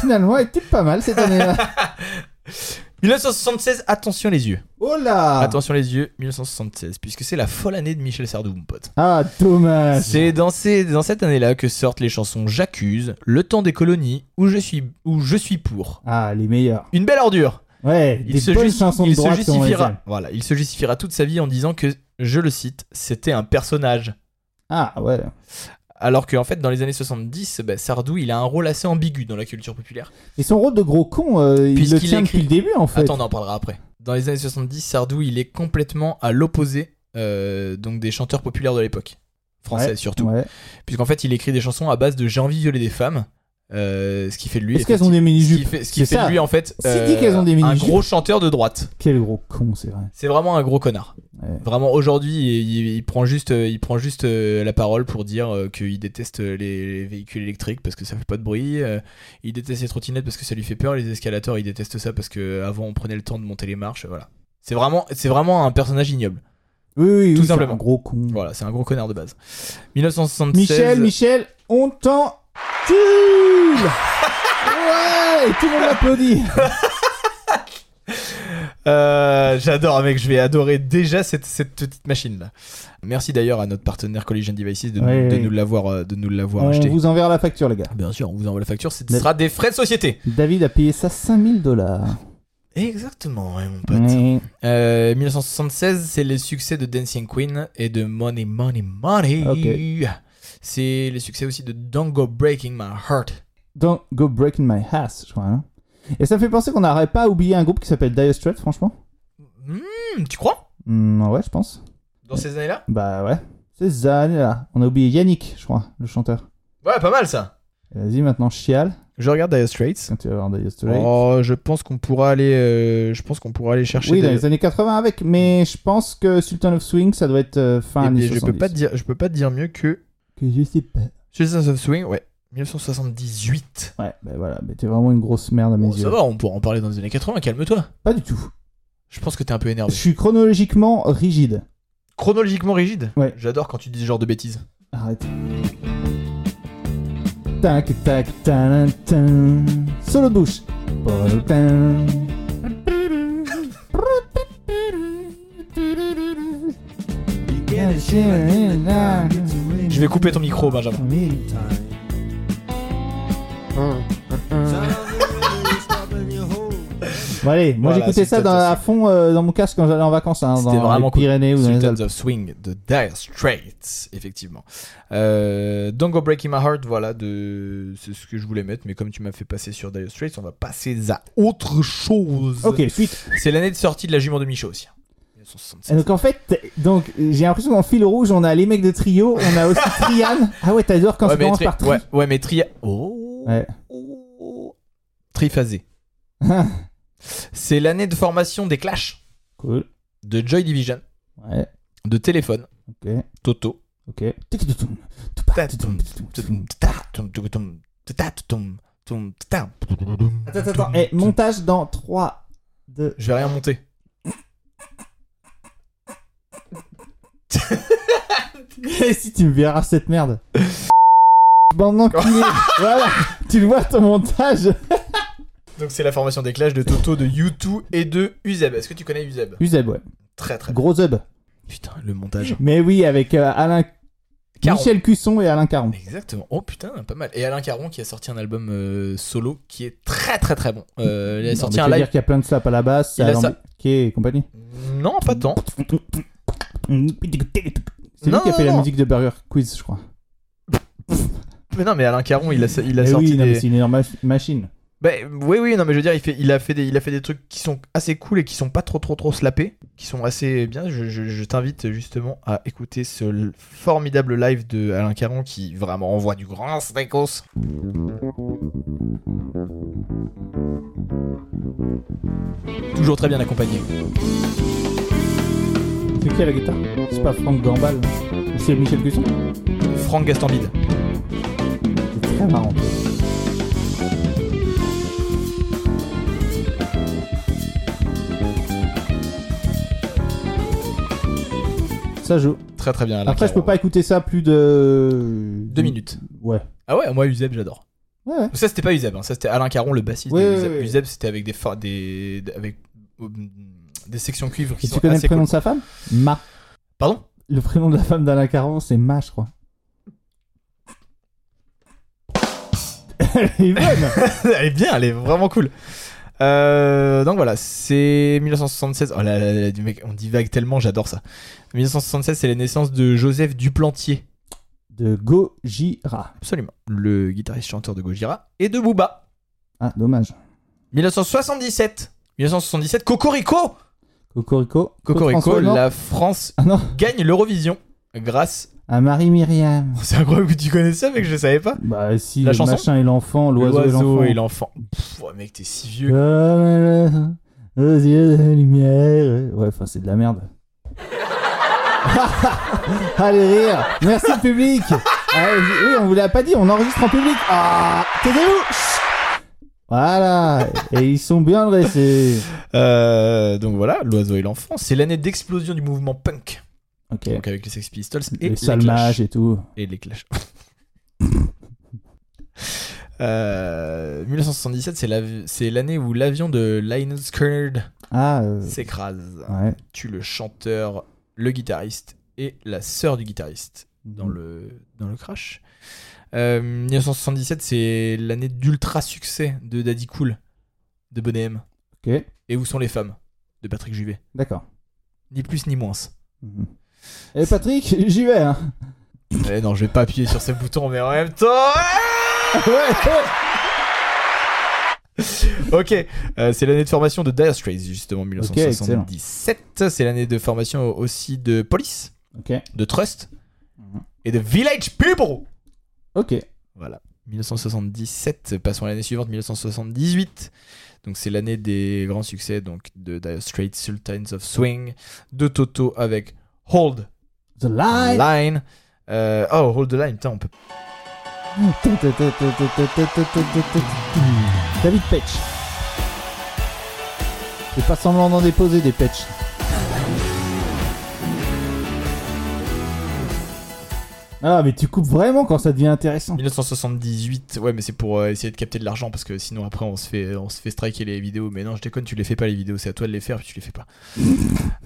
Finalement, elle était pas mal cette année-là. 1976, attention les yeux. oh là Attention les yeux, 1976, puisque c'est la folle année de Michel Sardou, mon pote. Ah, dommage C'est dans, ces- dans cette année-là que sortent les chansons J'accuse, Le temps des colonies, Où je suis, où je suis pour. Ah, les meilleurs. Une belle ordure. Ouais, des bonnes justi- chansons il de se droite comme on les aime. justifiera, voilà, il se justifiera toute sa vie en disant que, je le cite, c'était un personnage. Ah, ouais. Alors qu'en fait, dans les années 70, bah, Sardou, il a un rôle assez ambigu dans la culture populaire. Et son rôle de gros con, euh, il le Puisqu'il tient écrit- depuis le début, en fait. Attends, on en parlera après. Dans les années 70, Sardou, il est complètement à l'opposé euh, donc des chanteurs populaires de l'époque. Français Ouais, surtout. ouais. Puisqu'en fait, il écrit des chansons à base de J'ai envie de violer des femmes. euh, ce qui fait de lui. Est-ce qu'elles ont des Ce qui mini-jupes fait, ce qui C'est fait de ça. lui en fait euh, C'est dit qu'elles ont des un mini-jupes. gros chanteur de droite. Quel gros con, c'est vrai. C'est vraiment un gros connard. Ouais. Vraiment aujourd'hui, il, il- il prend juste, euh, il prend juste euh, la parole pour dire euh, qu'il déteste les, les véhicules électriques parce que ça fait pas de bruit. euh, il déteste les trottinettes parce que ça lui fait peur. Les escalators, il déteste ça parce que euh, avant on prenait le temps de monter les marches. Voilà. C'est vraiment, c'est vraiment un personnage ignoble. Oui, oui, Tout oui, c'est simplement. un gros con. Voilà, c'est un gros connard de base. 1976. Michel, Michel, on t'encule Ouais Tout le monde applaudit Euh, J'adore, mec, je vais adorer déjà cette, cette petite machine là. Merci d'ailleurs à notre partenaire Collision Devices de, nous- Ouais, de ouais. nous l'avoir euh, de nous l'avoir On acheté. vous enverra la facture, les gars. Bien sûr, on vous envoie la facture, ce Mais- sera des frais de société. David a payé ça 5000 dollars. Exactement, ouais, mon pote. Mm. Euh, 1976, c'est les succès de Dancing Queen et de Money, Money, Money. C'est les succès aussi de Don't Go Breaking My Heart. Don't go breaking my ass, je crois. hein. Et ça me fait penser qu'on n'aurait pas oublié un groupe qui s'appelle Dire Straits, franchement. Hmm, tu crois Hmm, ouais, je pense. Dans ces années-là Bah ouais. Ces années-là. On a oublié Yannick, je crois, le chanteur. Ouais, pas mal ça. Et Vas-y, maintenant, chiale. Je regarde Dire Straits. Quand tu vas voir Dire Straits. Oh, je pense qu'on pourra aller, euh, je pense qu'on pourra aller chercher. oui, des- dans les années 80 avec, mais je pense que Sultan of Swing, ça doit être euh, fin Eh bien, années je 70. peux pas te dire, je peux pas te dire mieux que Que je sais pas. Citizens of Swing, ouais, 1978. Ouais, ben voilà, mais t'es vraiment une grosse merde à mes Bon, yeux. Oh, ça va, on pourra en parler dans les années 80. Calme-toi. Pas du tout. Je pense que t'es un peu Je énervé. suis chronologiquement rigide. Chronologiquement rigide. Ouais. J'adore quand tu dis ce genre de bêtises. Arrête. Tac, tac, tac, tac. Solo de bouche. Polotin. Je vais couper ton micro, Benjamin. allez, moi Voilà, j'écoutais c'est ça dans- peut-être à fond euh, dans mon casque quand j'allais en vacances, hein, C'était dans vraiment les cool. Pyrénées ou dans les Sultans Alpes. of Swing de Dire Straits, effectivement. Euh, Don't Go Breaking My Heart, voilà, de... c'est ce que je voulais mettre, mais comme tu m'as fait passer sur Dire Straits, on va passer à autre chose. Ok, suite. C'est l'année de sortie de la jument de Michaud aussi. hein. 1967. Et donc en fait, donc j'ai l'impression qu'en fil rouge, on a les mecs de trio, on a aussi Trian. Ah ouais, t'adores quand ouais, ça mais commence tri- par tri. ouais, ouais, mais tri... Oh. Ouais. Oh. Triphasé. c'est l'année de formation des Clash, Cool. de Joy Division, Ouais. de Téléphone, Ok. Toto, Ok. Attends, attends, attends. Eh, montage dans 3, 2. Je vais rien monter. si tu me verras cette merde. Bande d'enculés. voilà. Tu le vois ton montage. Donc c'est la formation des Clash de Toto, de U2 et de Uzeb. Est-ce que tu connais Uzeb Uzeb, ouais. Très très bien. Gros hub. Putain, le montage. Mais oui, avec euh, Alain. Caron. Michel Cusson et Alain Caron. Exactement. Oh putain, pas mal. Et Alain Caron qui a sorti un album euh, solo qui est très très très bon. Euh, il a Non, sorti mais un tu veux live. dire qu'il y a plein de slaps à la basse, Il à a ça- l'embiqué et compagnie. Non, pas tant. C'est lui Non, qui a fait non, la non. musique de Burger Quiz, je crois. Mais non, mais Alain Caron, il a, il a Eh sorti oui, non, mais des. c'est une énorme mach- machine. Bah, oui, oui, non, mais je veux dire, il, fait, il, a fait des, il a fait des trucs qui sont assez cool et qui sont pas trop, trop, trop slappés, qui sont assez bien. Je, je- je t'invite justement à écouter ce l- formidable live de Alain Caron qui vraiment envoie du grand steakos. Toujours très bien accompagné. C'est qui à la guitare C'est pas Franck Gambal. hein C'est Michel Cusson. Franck Gastambide. C'est très marrant. Ça joue. Très, très bien. Alain Après, je peux Caron. pas écouter ça plus de. Deux minutes. Ouais. Ah ouais, moi, Uzeb, j'adore. Ouais, ouais. Ça, c'était pas Uzeb, hein. ça, c'était Alain Caron, le bassiste. Oui, de oui, Uzeb, oui. Uzeb, c'était avec des, for- des, avec, euh, des sections cuivre qui Et tu sont connais le assez prénom cool. de sa femme Ma. Pardon Le prénom de la femme d'Alain Caron, c'est Ma, je crois. Elle est bonne elle est bien, elle est vraiment cool. Euh, donc voilà, c'est 1976. Oh là là là, du mec, on divague tellement, j'adore ça. 1976, c'est la naissance de Joseph Duplantier. De Gojira. Absolument. Le guitariste chanteur de Gojira et de Booba. Ah, dommage. 1977. 1977, Cocorico Cocorico. Claude Cocorico, François Hollande. la France Ah non, gagne l'Eurovision grâce. à Marie-Myriam. C'est incroyable que tu connais ça, mec, je savais pas. Bah, si, La le chanson machin et l'enfant, l'oiseau et l'enfant. et l'enfant. Pff, ouais, mec, t'es si vieux. Comme la- aux yeux de la lumière. Ouais, enfin, c'est de la merde. Allez rire. Merci le public. Ah, oui, on vous l'a pas dit, on enregistre en public. Ah, taisez-vous. Chut. Voilà. Et ils sont bien dressés. Euh, donc voilà, l'oiseau et l'enfant. C'est l'année d'explosion du mouvement punk. Ok. Donc avec les Sex Pistols et Les les, salmages Clash. et tout. Et les Clash. Euh, 1977, c'est la- c'est l'année où l'avion de Linus Kennard Ah. euh, s'écrase, Ouais. tue le chanteur, le guitariste et la sœur du guitariste dans Mm. le, dans le crash. Euh, 1977, c'est l'année d'ultra succès de Daddy Cool, de Boney M. Ok. Et où sont les femmes de Patrick Juvet. D'accord. Ni plus ni moins. Mhm. Et Patrick, j'y vais. Hein. Eh non, je vais pas appuyer sur ce bouton, mais en même temps. Ah ok, euh, c'est l'année de formation de Dire Straits, justement, 1977. c'est l'année de formation aussi de Police, Ok. de Trust Mhm. et de Village People. Ok. Voilà, 1977. Passons à l'année suivante, 1978. Donc c'est l'année des grands succès donc de Dire Straits, Sultans of Swing, de Toto avec Hold The light. Line. Euh, oh, Hold the Line, putain, on peut David Petch. Fais pas semblant d'en déposer des Petch. Ah mais tu coupes vraiment quand ça devient intéressant. 1978, ouais, mais c'est pour euh, essayer de capter de l'argent parce que sinon après on se fait on se fait striker les vidéos. Mais non, je déconne, tu les fais pas les vidéos, c'est à toi de les faire, puis tu les fais pas.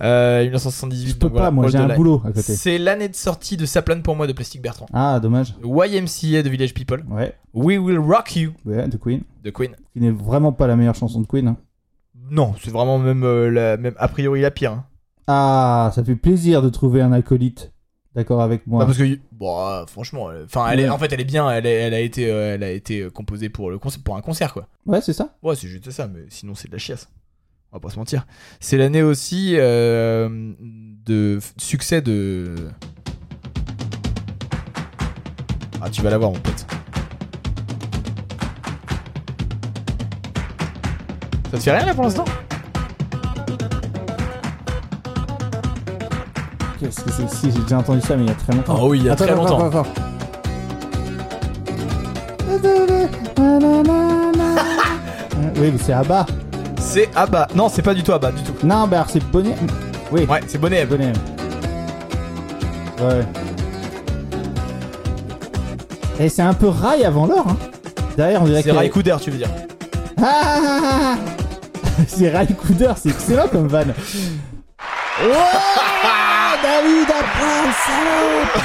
Euh, 1978, Je peux donc pas, voilà, moi Hold j'ai the un Line. boulot à côté. C'est l'année de sortie de Sa plane pour moi de Plastic Bertrand. Ah dommage. YMCA de Village People. Ouais, We Will Rock You ouais, de Queen. de Queen. Qui n'est vraiment pas la meilleure chanson de Queen. hein. Non, c'est vraiment même, euh, la, même a priori la pire. hein. Ah, ça fait plaisir de trouver un acolyte d'accord avec moi. Bah, parce que bon, euh, franchement, euh, enfin, elle est, Ouais. en fait, elle est bien. Elle, est- elle a été, euh, elle a été euh, composée pour le concert, pour un concert, quoi. Ouais, c'est ça. Ouais, c'est juste ça, mais sinon c'est de la chiasse. On va pas se mentir. C'est l'année aussi euh, de f- succès de. Ah, tu vas l'avoir, mon pote. Ça te fait rien là pour l'instant Qu'est-ce que c'est Si, j'ai déjà entendu ça, mais il y a très longtemps. Oh oui, il y a très longtemps. attends, oui, mais c'est Abba. C'est Abba. Non, c'est pas du tout Abba, du tout. Non, bah alors c'est Bonnet. Oui, Ouais, c'est Bonnet. Abba. Bonnet. Ouais. Et Eh, c'est un peu rail avant l'heure. Hein. Derrière, on dirait C'est qu'il y a- Raikouder, tu veux dire. Ah, ah, ah. C'est Raikouder, c'est excellent comme van. Oh David apprend le salaud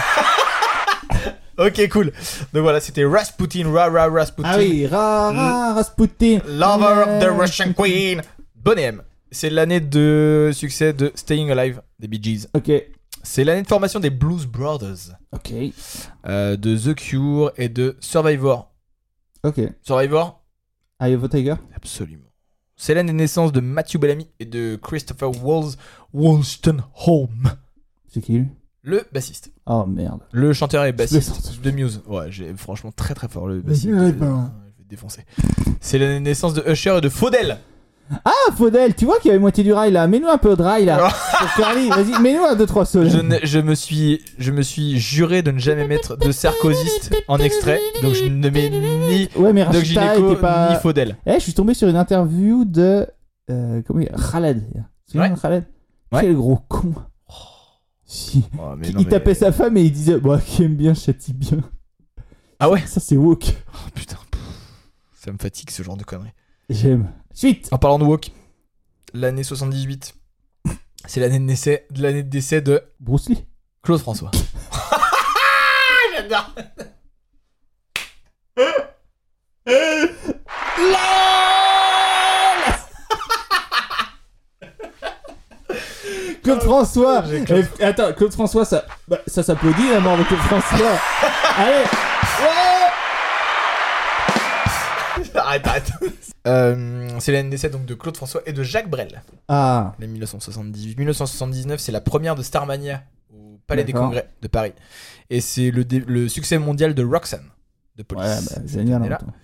Ok, cool. Donc voilà, c'était Rasputin, Ra Ra Rasputin. Ah oui, ra ra Rasputin. Lover of the Euh, Russian Queen. Bonne M. C'est l'année de succès de Staying Alive des Bee Gees. Ok, C'est l'année de formation des Blues Brothers, ok, euh, de The Cure et de Survivor. ok. Survivor Ah, Eye of the Tiger Absolument. C'est l'année de naissance de Matthew Bellamy et de Christopher Walls, Wolston Holm, C'est qui lui le bassiste. Oh merde. Le chanteur et bassiste sorti. de Muse. Ouais, j'ai franchement très très fort le bassiste. il est Euh, pas, hein. Je vais te défoncer. C'est l'année de naissance de Usher et de Faudel. Ah Faudel, tu vois qu'il y avait moitié du rail là. Mets-nous un peu de rail là. Pour Charlie, vas-y, mets-nous un, deux, trois sols. Je, ne- je me suis, je me suis juré de ne jamais mettre de sarcosiste en extrait, donc je ne mets ni Ouais, mais Doc Rachita Gineco était pas. ni Faudel. Eh, je suis tombé sur une interview de. Euh, comment il Khaled. Tu te souviens Ouais. de Khaled Ouais. Quel gros con. Si. Oh, mais Il non, mais- tapait sa femme et il disait Bah, qui aime bien châtie bien. Ah ouais Ça, c'est woke. Oh, putain, pff, ça me fatigue ce genre de conneries. J'aime. Suite En parlant de Walk, l'année 78, c'est l'année de décès, de l'année de décès de Bruce Lee. Claude François. J'adore. Claude François Eh, Attends, Claude François, ça, bah, ça s'applaudit la mort de Claude François. Allez Arrête, arrête. Euh, c'est l'année de décès donc de Claude François et de Jacques Brel. Ah, Les 1978. 1979, c'est la première de Starmania au Palais des D'accord. Congrès de Paris. Et c'est le, dé- le succès mondial de Roxanne de Police. ouais, bah, génial. en année-là. même temps.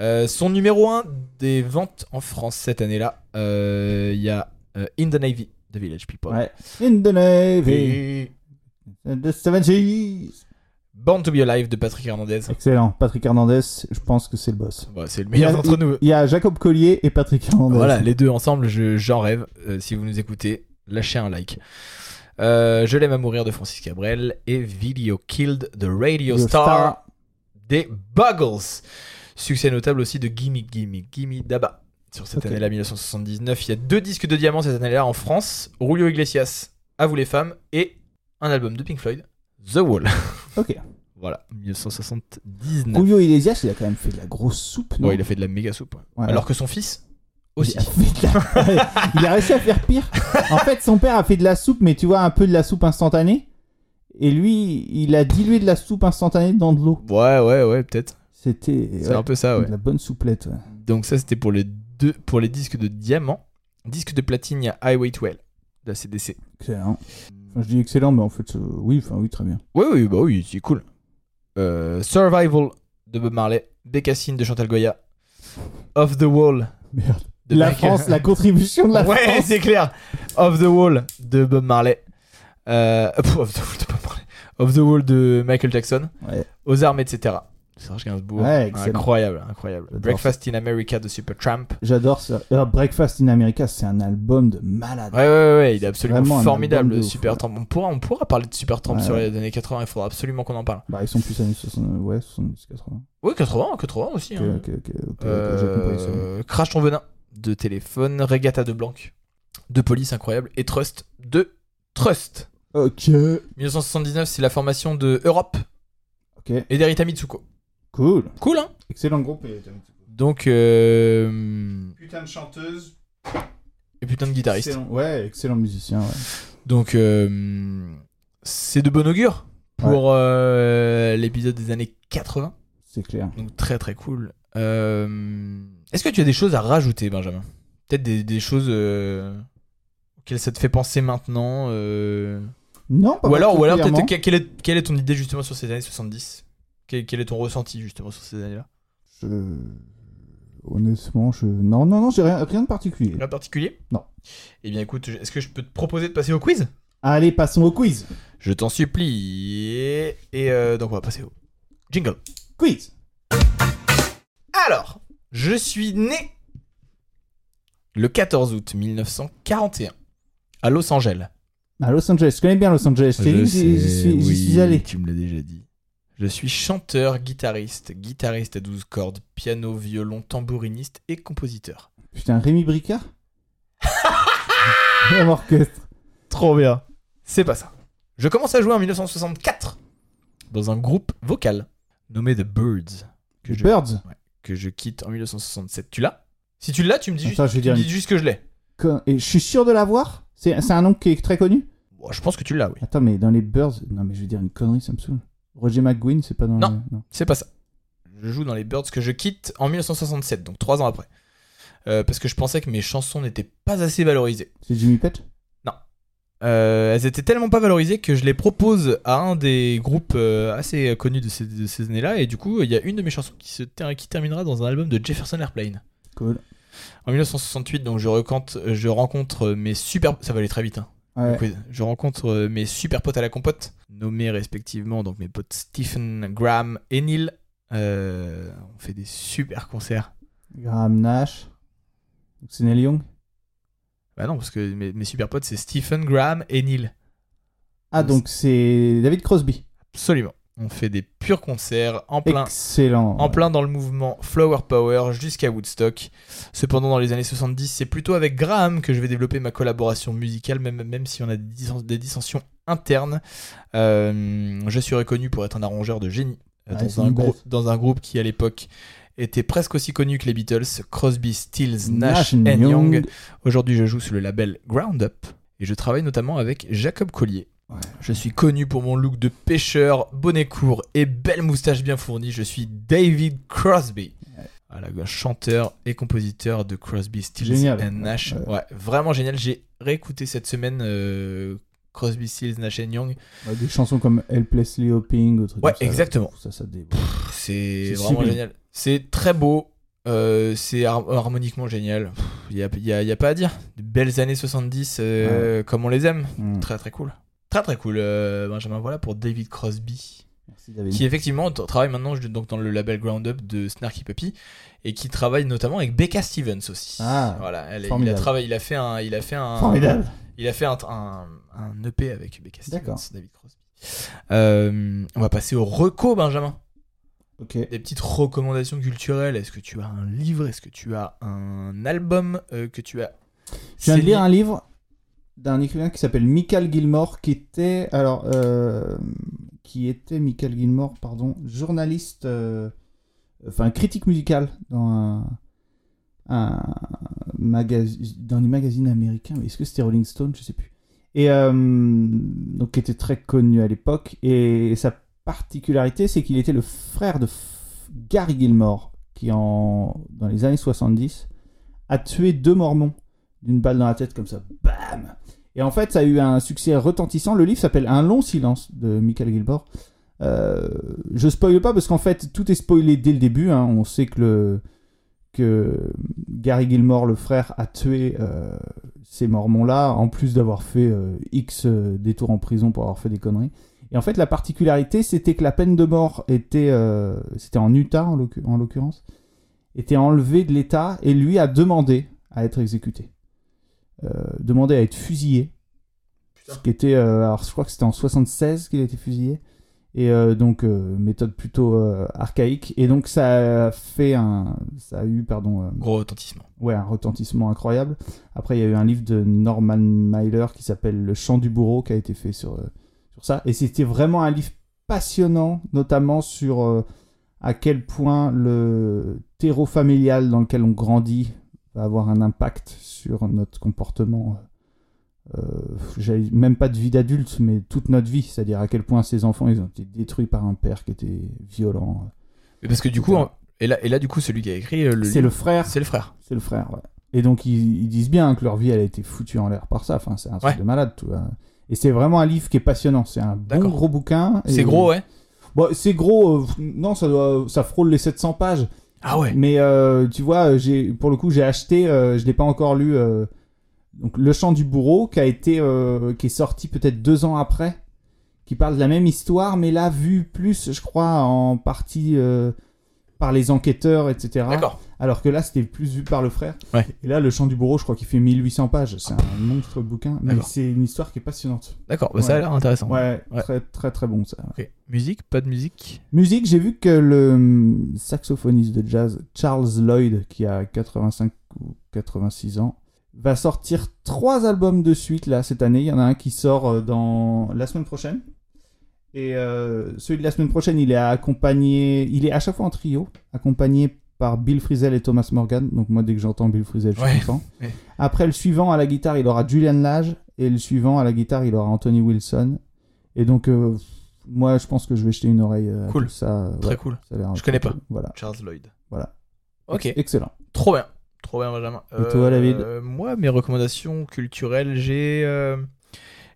Euh, son numéro 1 des ventes en France cette année-là, euh, il y a euh, In the Navy de Village People. Ouais. In the Navy, Et the Seven Seas. Born to be Alive de Patrick Hernandez. Excellent. Patrick Hernandez, je pense que c'est le boss. Ouais, c'est le meilleur Il y a- d'entre nous. Il y a Jacob Collier et Patrick Hernandez. Voilà, les deux ensemble, je- j'en rêve. Euh, si vous nous écoutez, lâchez un like. Euh, je l'aime à mourir de Francis Cabrel et Video Killed the Radio Le Star, des Buggles. Succès notable aussi de Gimme Gimme Gimme Daba. Sur cette Ok. année-là, 1979, il y a deux disques de diamant cette année-là en France Rulio Iglesias, À vous les femmes, et un album de Pink Floyd, The Wall. Ok. voilà, 1979. Julio Iglesias, il a quand même fait de la grosse soupe, non Ouais, il a fait de la méga soupe. ouais. Ouais. Alors que son fils aussi. Il a, fait de la- Il a réussi à faire pire. En fait, son père a fait de la soupe, mais tu vois, un peu de la soupe instantanée. Et lui, il a dilué de la soupe instantanée dans de l'eau. Ouais, ouais, ouais, peut-être. C'était C'est ouais, un peu ça, ouais. de la bonne souplette. ouais. Donc ça, c'était pour les deux, pour les disques de diamant. Disque de platine, il y a Highway to Hell de la CDC. Excellent. Enfin, je dis excellent, mais en fait, euh, oui, enfin, oui, très bien. Oui, oui, bah oui, c'est cool. Euh, Survival de Bob Marley, Bécassine de Chantal Goya, Off the Wall Merde. de la Michael- France, la contribution de la ouais, France. c'est clair. Off the Wall de Bob Marley. Euh, pff, off the Wall de Bob Marley. Off the Wall de Michael Jackson. Ouais. Aux armes, etc. Serge Gainsbourg. Ouais, excellent. hein. incroyable, incroyable. J'adore Breakfast in America de Supertramp. J'adore ça. Euh, Breakfast in America, c'est un album de malade. Ouais, ouais, ouais, ouais, il est absolument Vraiment un album formidable, de ouf, Supertramp. On, pourra, on pourra parler de Supertramp Ouais, sur ouais. les années 80, il faudra absolument qu'on en parle. Bah, ils sont plus années 60, ouais, 70, 80. Oui, 80, 80 aussi. Ok, hein. ok, ok, ok, ok, j'ai compris ça. Euh, Crash ton venin de téléphone, Regatta de Blanc de police incroyable et Trust de Trust. Ok, 1979, c'est la formation de Europe ok, et d'Erita Mitsuko. cool. Cool, hein euh, Excellent groupe. Et... Donc, euh, Putain de chanteuse. et putain de guitariste. Excellent- ouais, excellent musicien. ouais. Donc, euh, c'est de bon augure pour euh, l'épisode des années 80. C'est clair. Donc, très très cool. Euh, Est-ce que tu as des choses à rajouter, Benjamin Peut-être des, des choses euh, auxquelles ça te fait penser maintenant euh, Non, pas Ou alors, ou alors peut-être particulièrement. que- quelle est, quelle est ton idée justement sur ces années 70 quel, quel est ton ressenti justement sur ces années-là Je- Honnêtement, je. Non, non, non, j'ai rien, rien de particulier. Là en particulier Non. Eh bien écoute, je- est-ce que je peux te proposer de passer au quiz Allez, passons au quiz. Je t'en supplie. Et, et, euh, donc on va passer au jingle. Quiz Alors, je suis né le 14 août 1941 à Los Angeles. À Bah, Los Angeles, je connais bien Los Angeles. C'est Je j'y j'y sais, suis, j'y oui, suis allé. Tu me l'as déjà dit. Je suis chanteur, guitariste, guitariste à 12 cordes, piano, violon, tambouriniste et compositeur. Putain, Rémi Bricard Même orchestre. Trop bien. C'est pas ça. Je commence à jouer en 1964 dans un groupe vocal nommé The Birds que je, Birds que je quitte en 1967. Tu l'as Si tu l'as, tu me dis juste, Attends, je vais tu dire me une dis juste que je l'ai. con- Et je suis sûr de l'avoir C'est c'est un nom qui est très connu Bon, je pense que tu l'as, oui. Attends, mais dans les Birds. Non, mais je vais dire une connerie, ça me saoule. Roger McGuinn, c'est pas dans Non. les- non. C'est pas ça. Je joue dans les Birds que je quitte en 1967, donc trois ans après. Euh, parce que je pensais que mes chansons n'étaient pas assez valorisées. C'est Jimmy Page Euh, elles étaient tellement pas valorisées que je les propose à un des groupes euh, assez connus de ces, de ces années-là. Et du coup, il y a une de mes chansons qui, se ter- qui terminera dans un album de Jefferson Airplane. Cool. En 1968, donc je, recante- je rencontre mes super. Ça va aller très vite. hein. Ouais. Donc, oui, Je rencontre euh, mes super potes à la compote, nommés respectivement donc mes potes Stephen, Graham et Neil. Euh, on fait des super concerts. Graham Nash. Donc, C'est Neil Young. Bah non, parce que mes, mes super potes, c'est Stephen, Graham et Neil. Ah, donc c'est David Crosby. Absolument. On fait des purs concerts en plein, Excellent. en plein dans le mouvement Flower Power jusqu'à Woodstock. Cependant, dans les années 70, c'est plutôt avec Graham que je vais développer ma collaboration musicale, même, même si on a des, dissen- des dissensions internes. Euh, je suis reconnu pour être un arrangeur de génie euh, Ah, dans, c'est un une grou- base. dans un groupe qui, à l'époque, était presque aussi connu que les Beatles, Crosby, Stills, Nash, Nash, and Young. Young. Aujourd'hui, je joue sous le label Ground Up et je travaille notamment avec Jacob Collier. Ouais. Je suis connu pour mon look de pêcheur, bonnet court et belle moustache bien fournie. Je suis David Crosby. Voilà, un chanteur et compositeur de Crosby, Stills Génial. and Nash. Ouais. Ouais, vraiment génial. J'ai réécouté cette semaine euh, Crosby, Stills, Nash and Young. Ouais, Des chansons comme Helpless Leoping, ou trucs Ouais, comme ça. exactement. Ça, ça dé- Pff, C'est C'est vraiment sublime. génial. C'est très beau. euh, c'est har- harmoniquement génial. Il n'y a, y a- y a pas à dire. De belles années 70 euh, comme on les aime. Hmm. Très très cool. Très très cool, euh, Benjamin. Voilà pour David Crosby, Merci David. qui effectivement t- travaille maintenant je- donc dans le label Ground Up de Snarky Puppy et qui travaille notamment avec Becca Stevens aussi. Ah, voilà, elle- il a formidable. travaillé, il a fait un, il a fait un, Formidable. il a fait un, un, un EP avec Becca Stevens, D'accord. David Crosby. Euh, on va passer au reco, Benjamin. Ok. Des petites recommandations culturelles. Est-ce que tu as un livre Est-ce que tu as un album euh, que tu as Je viens de saigné lire un livre d'un écrivain qui s'appelle Michael Gilmore, qui était, alors, euh, qui était Michael Gilmore, pardon, journaliste, euh, enfin critique musical dans un, un magazine, dans les magazines américains. Mais est-ce que c'était Rolling Stone Je sais plus. Et euh, donc, qui était très connu à l'époque. Et sa particularité, c'est qu'il était le frère de F- Gary Gilmore, qui en, dans les années 70 a tué deux Mormons d'une balle dans la tête comme ça, bam. Et en fait, ça a eu un succès retentissant. Le livre s'appelle Un long silence de Michael Gilbert. Euh, je spoile pas parce qu'en fait tout est spoilé dès le début. hein. On sait que le que Gary Gilmore, le frère, a tué euh, ces mormons-là, en plus d'avoir fait euh, X euh, détours en prison pour avoir fait des conneries. Et en fait, la particularité, c'était que la peine de mort était, euh, c'était en Utah en l'occu- en l'occurrence, était enlevée de l'État et lui a demandé à être exécuté Euh, demandé à être fusillé. Ce qui était, euh, alors je crois que c'était en 76 qu'il a été fusillé. Et euh, donc, euh, méthode plutôt euh, archaïque. Et donc, ça a fait un. Ça a eu, pardon. euh, Gros retentissement. ouais, un retentissement incroyable. Après, il y a eu un livre de Norman Mailer qui s'appelle Le chant du bourreau qui a été fait sur, euh, sur ça. Et c'était vraiment un livre passionnant, notamment sur euh, à quel point le terreau familial dans lequel on grandit va avoir un impact sur notre comportement, euh, j'allais- même pas de vie d'adulte, mais toute notre vie. C'est-à-dire à quel point ces enfants, ils ont été détruits par un père qui était violent. Mais Parce que du coup, et là, et là, du coup, celui qui a écrit euh, le C'est livre, le frère, c'est le frère. c'est le frère, ouais. Et donc ils, ils disent bien que leur vie, elle a été foutue en l'air par ça. Enfin, c'est un truc Ouais. de malade, tu vois. Et c'est vraiment un livre qui est passionnant. C'est un bon D'accord. gros bouquin. et- C'est gros, ouais. Bon, c'est gros. euh, non, ça doit, ça frôle les 700 pages. Ah ouais. Mais euh, tu vois, j'ai pour le coup, j'ai acheté, euh, je l'ai pas encore lu. euh, donc Le Chant du bourreau, qui a été, euh, qui est sorti peut-être deux ans après, qui parle de la même histoire, mais là vu plus, je crois, en partie euh, par les enquêteurs, etc. D'accord. Alors que là, c'était plus vu par le frère. Ouais. Et là, Le Chant du bourreau, je crois qu'il fait 1800 pages. C'est un monstre de bouquin, mais D'accord. c'est une histoire qui est passionnante. D'accord. Bah, Ça a Ouais. l'air intéressant. Ouais, Ouais. très très très bon ça. Ok. Musique, pas de musique. Musique, j'ai vu que le hum, saxophoniste de jazz Charles Lloyd, qui a 85 ou 86 ans, va sortir trois albums de suite là cette année. Il y en a un qui sort euh, dans la semaine prochaine. Et euh, celui de la semaine prochaine, il est accompagné, il est à chaque fois en trio, accompagné par Bill Frisell et Thomas Morgan. Donc moi, dès que j'entends Bill Frisell, je suis Ouais. content. Ouais. Après le suivant à la guitare, il aura Julian Lage et le suivant à la guitare, il aura Anthony Wilson. Et donc euh, moi, je pense que je vais jeter une oreille euh, à Cool. tout ça. Ouais, Très cool. ça a l'air Je connais très pas. cool. Voilà. Charles Lloyd. Voilà. Ok. Ex- Excellent. Trop bien. Trop bien, Benjamin. Euh, Et toi, David Moi, mes recommandations culturelles, j'ai euh,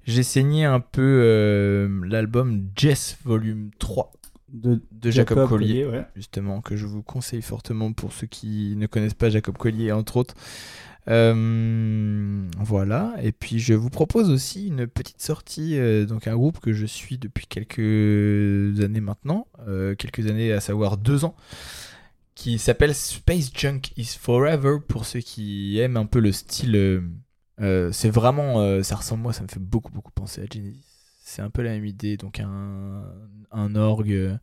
j'ai saigné un peu euh, l'album Jess Volume 3 De de Jacob, Collier, ouais. justement, que je vous conseille fortement pour ceux qui ne connaissent pas Jacob Collier, entre autres. Euh, voilà, et puis je vous propose aussi une petite sortie, euh, donc un groupe que je suis depuis quelques années maintenant, euh, quelques années à savoir deux ans, qui s'appelle Space Junk is Forever pour ceux qui aiment un peu le style. euh, euh, c'est vraiment, euh, ça ressemble moi, ça me fait beaucoup beaucoup penser à Genesis. C'est un peu la même idée, donc un, un orgue. euh,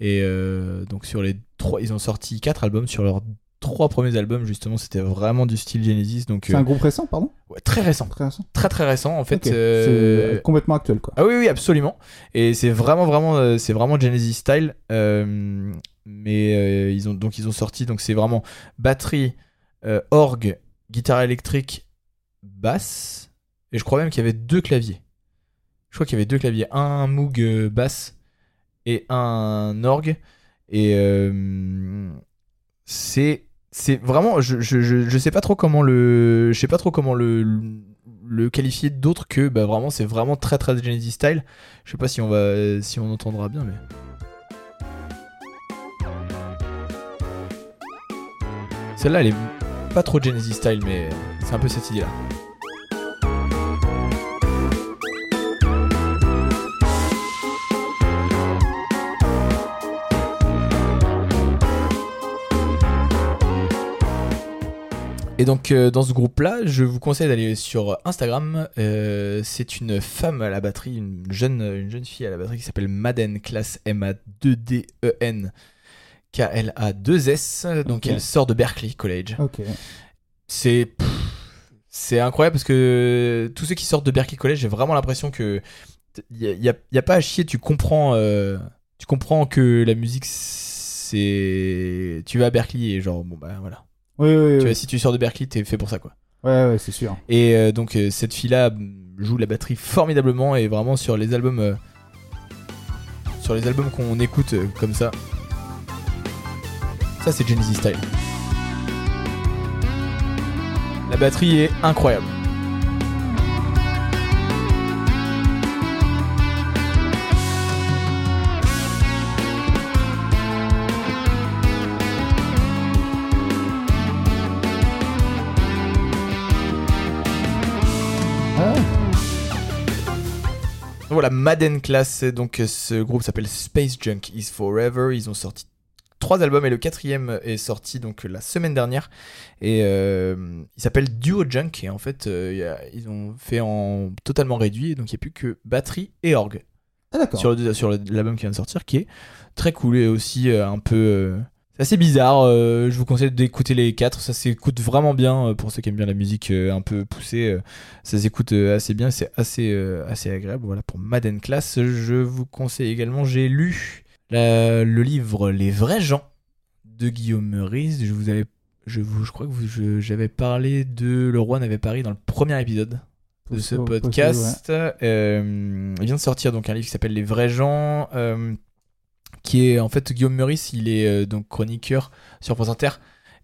Et euh, donc sur les trois, ils ont sorti quatre albums sur leurs trois premiers albums justement, c'était vraiment du style Genesis, donc C'est euh, un groupe récent, pardon ouais, très récent, Très récent. très très récent en fait. Ok. euh, C'est complètement actuel, quoi. ah oui, oui, absolument. Et c'est vraiment, vraiment, euh, c'est vraiment Genesis style. Euh, mais euh, ils ont donc ils ont sorti donc c'est vraiment batterie, euh, orgue, guitare électrique, basse. Et je crois même qu'il y avait deux claviers. Je crois qu'il y avait deux claviers, un Moog euh, basse et un orgue. Et euh, c'est c'est vraiment je, je, je, je sais pas trop comment le je sais pas trop comment le le qualifier d'autre que bah vraiment c'est vraiment très très Genesis style je sais pas si on va si on entendra bien mais celle-là elle est pas trop Genesis style mais c'est un peu cette idée là Et donc euh, dans ce groupe-là, je vous conseille d'aller sur Instagram. Euh, c'est une femme à la batterie, une jeune, une jeune fille à la batterie qui s'appelle Maden, classe M-A-2-D-E-N. K-L-A-2-S, donc Ok. elle sort de Berkeley College. Ok. C'est pff, c'est incroyable parce que tous ceux qui sortent de Berkeley College, j'ai vraiment l'impression que il y a, y a- y a pas à chier. Tu comprends, euh, tu comprends que la musique c'est tu vas à Berkeley et genre bon bah voilà. Oui, oui, Tu oui. vois, si tu sors de Berkeley, t'es fait pour ça quoi. Ouais, ouais, c'est sûr. Et euh, donc euh, cette fille-là mm, joue la batterie formidablement et vraiment sur les albums, euh, sur les albums qu'on écoute euh, comme ça. Ça c'est Genesis style. La batterie est incroyable. Ah, Voilà, Madden Class, donc euh, ce groupe s'appelle Space Junk Is Forever. Ils ont sorti trois albums et le quatrième est sorti donc la semaine dernière. Et euh, il s'appelle Duo Junk et en fait euh, il y a- ils ont fait en totalement réduit et donc il n'y a plus que batterie et orgue ah, d'accord. sur, le, sur le- l'album qui vient de sortir qui est très cool et aussi euh, un peu... euh, c'est assez bizarre, euh, je vous conseille d'écouter les quatre, ça s'écoute vraiment bien euh, pour ceux qui aiment bien la musique euh, un peu poussée, euh, ça s'écoute euh, assez bien, c'est assez, euh, assez agréable. Voilà pour Madden Class, je vous conseille également, j'ai lu la- le livre Les vrais gens de Guillaume Meurice, je vous avais je, vous, je crois que vous- je- j'avais parlé de Le Roi n'avait Paris dans le premier épisode de ce Possible, podcast. Euh, il vient de sortir donc un livre qui s'appelle Les vrais gens, euh, qui est en fait Guillaume Meurice, il est euh, donc chroniqueur sur France Inter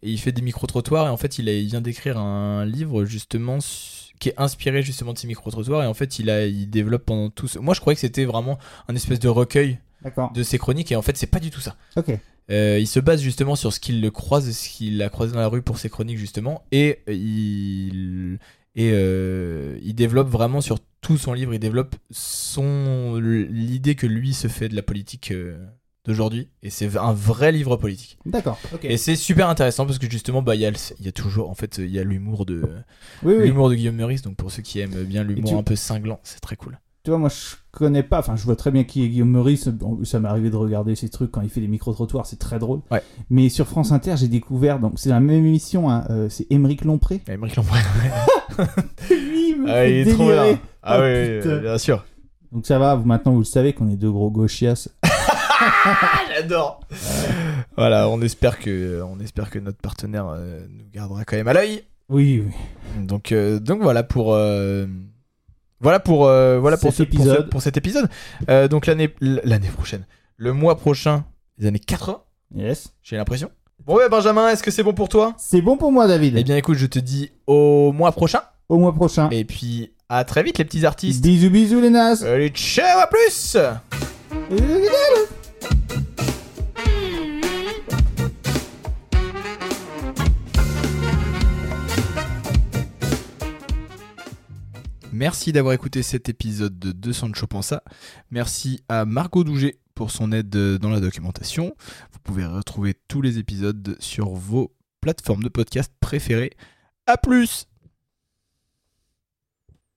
et il fait des micro trottoirs et en fait il, a- il vient d'écrire un livre justement su- qui est inspiré justement de ces micro trottoirs et en fait il a il développe pendant tout ce... moi je croyais que c'était vraiment un espèce de recueil D'accord. de ses chroniques et en fait c'est pas du tout ça Ok. euh, il se base justement sur ce qu'il le croise, ce qu'il a croisé dans la rue pour ses chroniques justement, et il et euh, il développe vraiment sur tout son livre, il développe son l'idée que lui se fait de la politique euh, d'aujourd'hui, et c'est un vrai livre politique. D'accord. Ok. Et c'est super intéressant parce que justement bah il y a le- il y a toujours en fait il y a l'humour de Oui, oui. l'humour de Guillaume Meurice, donc pour ceux qui aiment bien l'humour tu- un peu cinglant, c'est très cool. Tu vois, moi, je connais pas. Enfin, je vois très bien qui est Guillaume Meurice. Bon, ça m'est arrivé de regarder ces trucs quand il fait des micro-trottoirs. C'est très drôle. Ouais. Mais sur France Inter, j'ai découvert. Donc, c'est la même émission. hein, euh, c'est Émeric Lompré. Aymeric Lambré. Lui, il me Ah, fait il est trop délirer. là. Ah Oh, oui, putain. bien sûr. Donc, ça va. Vous, maintenant, vous le savez qu'on est deux gros gauchias. J'adore. Voilà, on espère que on espère que notre partenaire euh, nous gardera quand même à l'œil. Oui, oui. Donc euh, donc voilà pour euh, voilà pour euh, voilà pour, Cet ce- pour ce- épisode. pour cet épisode. Euh, donc l'année l- l'année prochaine, le mois prochain, les années 80, Yes. j'ai l'impression. Bon ouais Benjamin, est-ce que c'est bon pour toi C'est bon pour moi, David. Eh bien écoute, je te dis au mois prochain Au mois prochain. et puis à très vite les petits artistes. Bisous, bisous, les nazes. Allez, ciao, à plus. Euh. Merci d'avoir écouté cet épisode de 200 de Chopensa. Merci à Margot Douget pour son aide euh, dans la documentation. Vous pouvez retrouver tous les épisodes sur vos plateformes de podcast préférées. À plus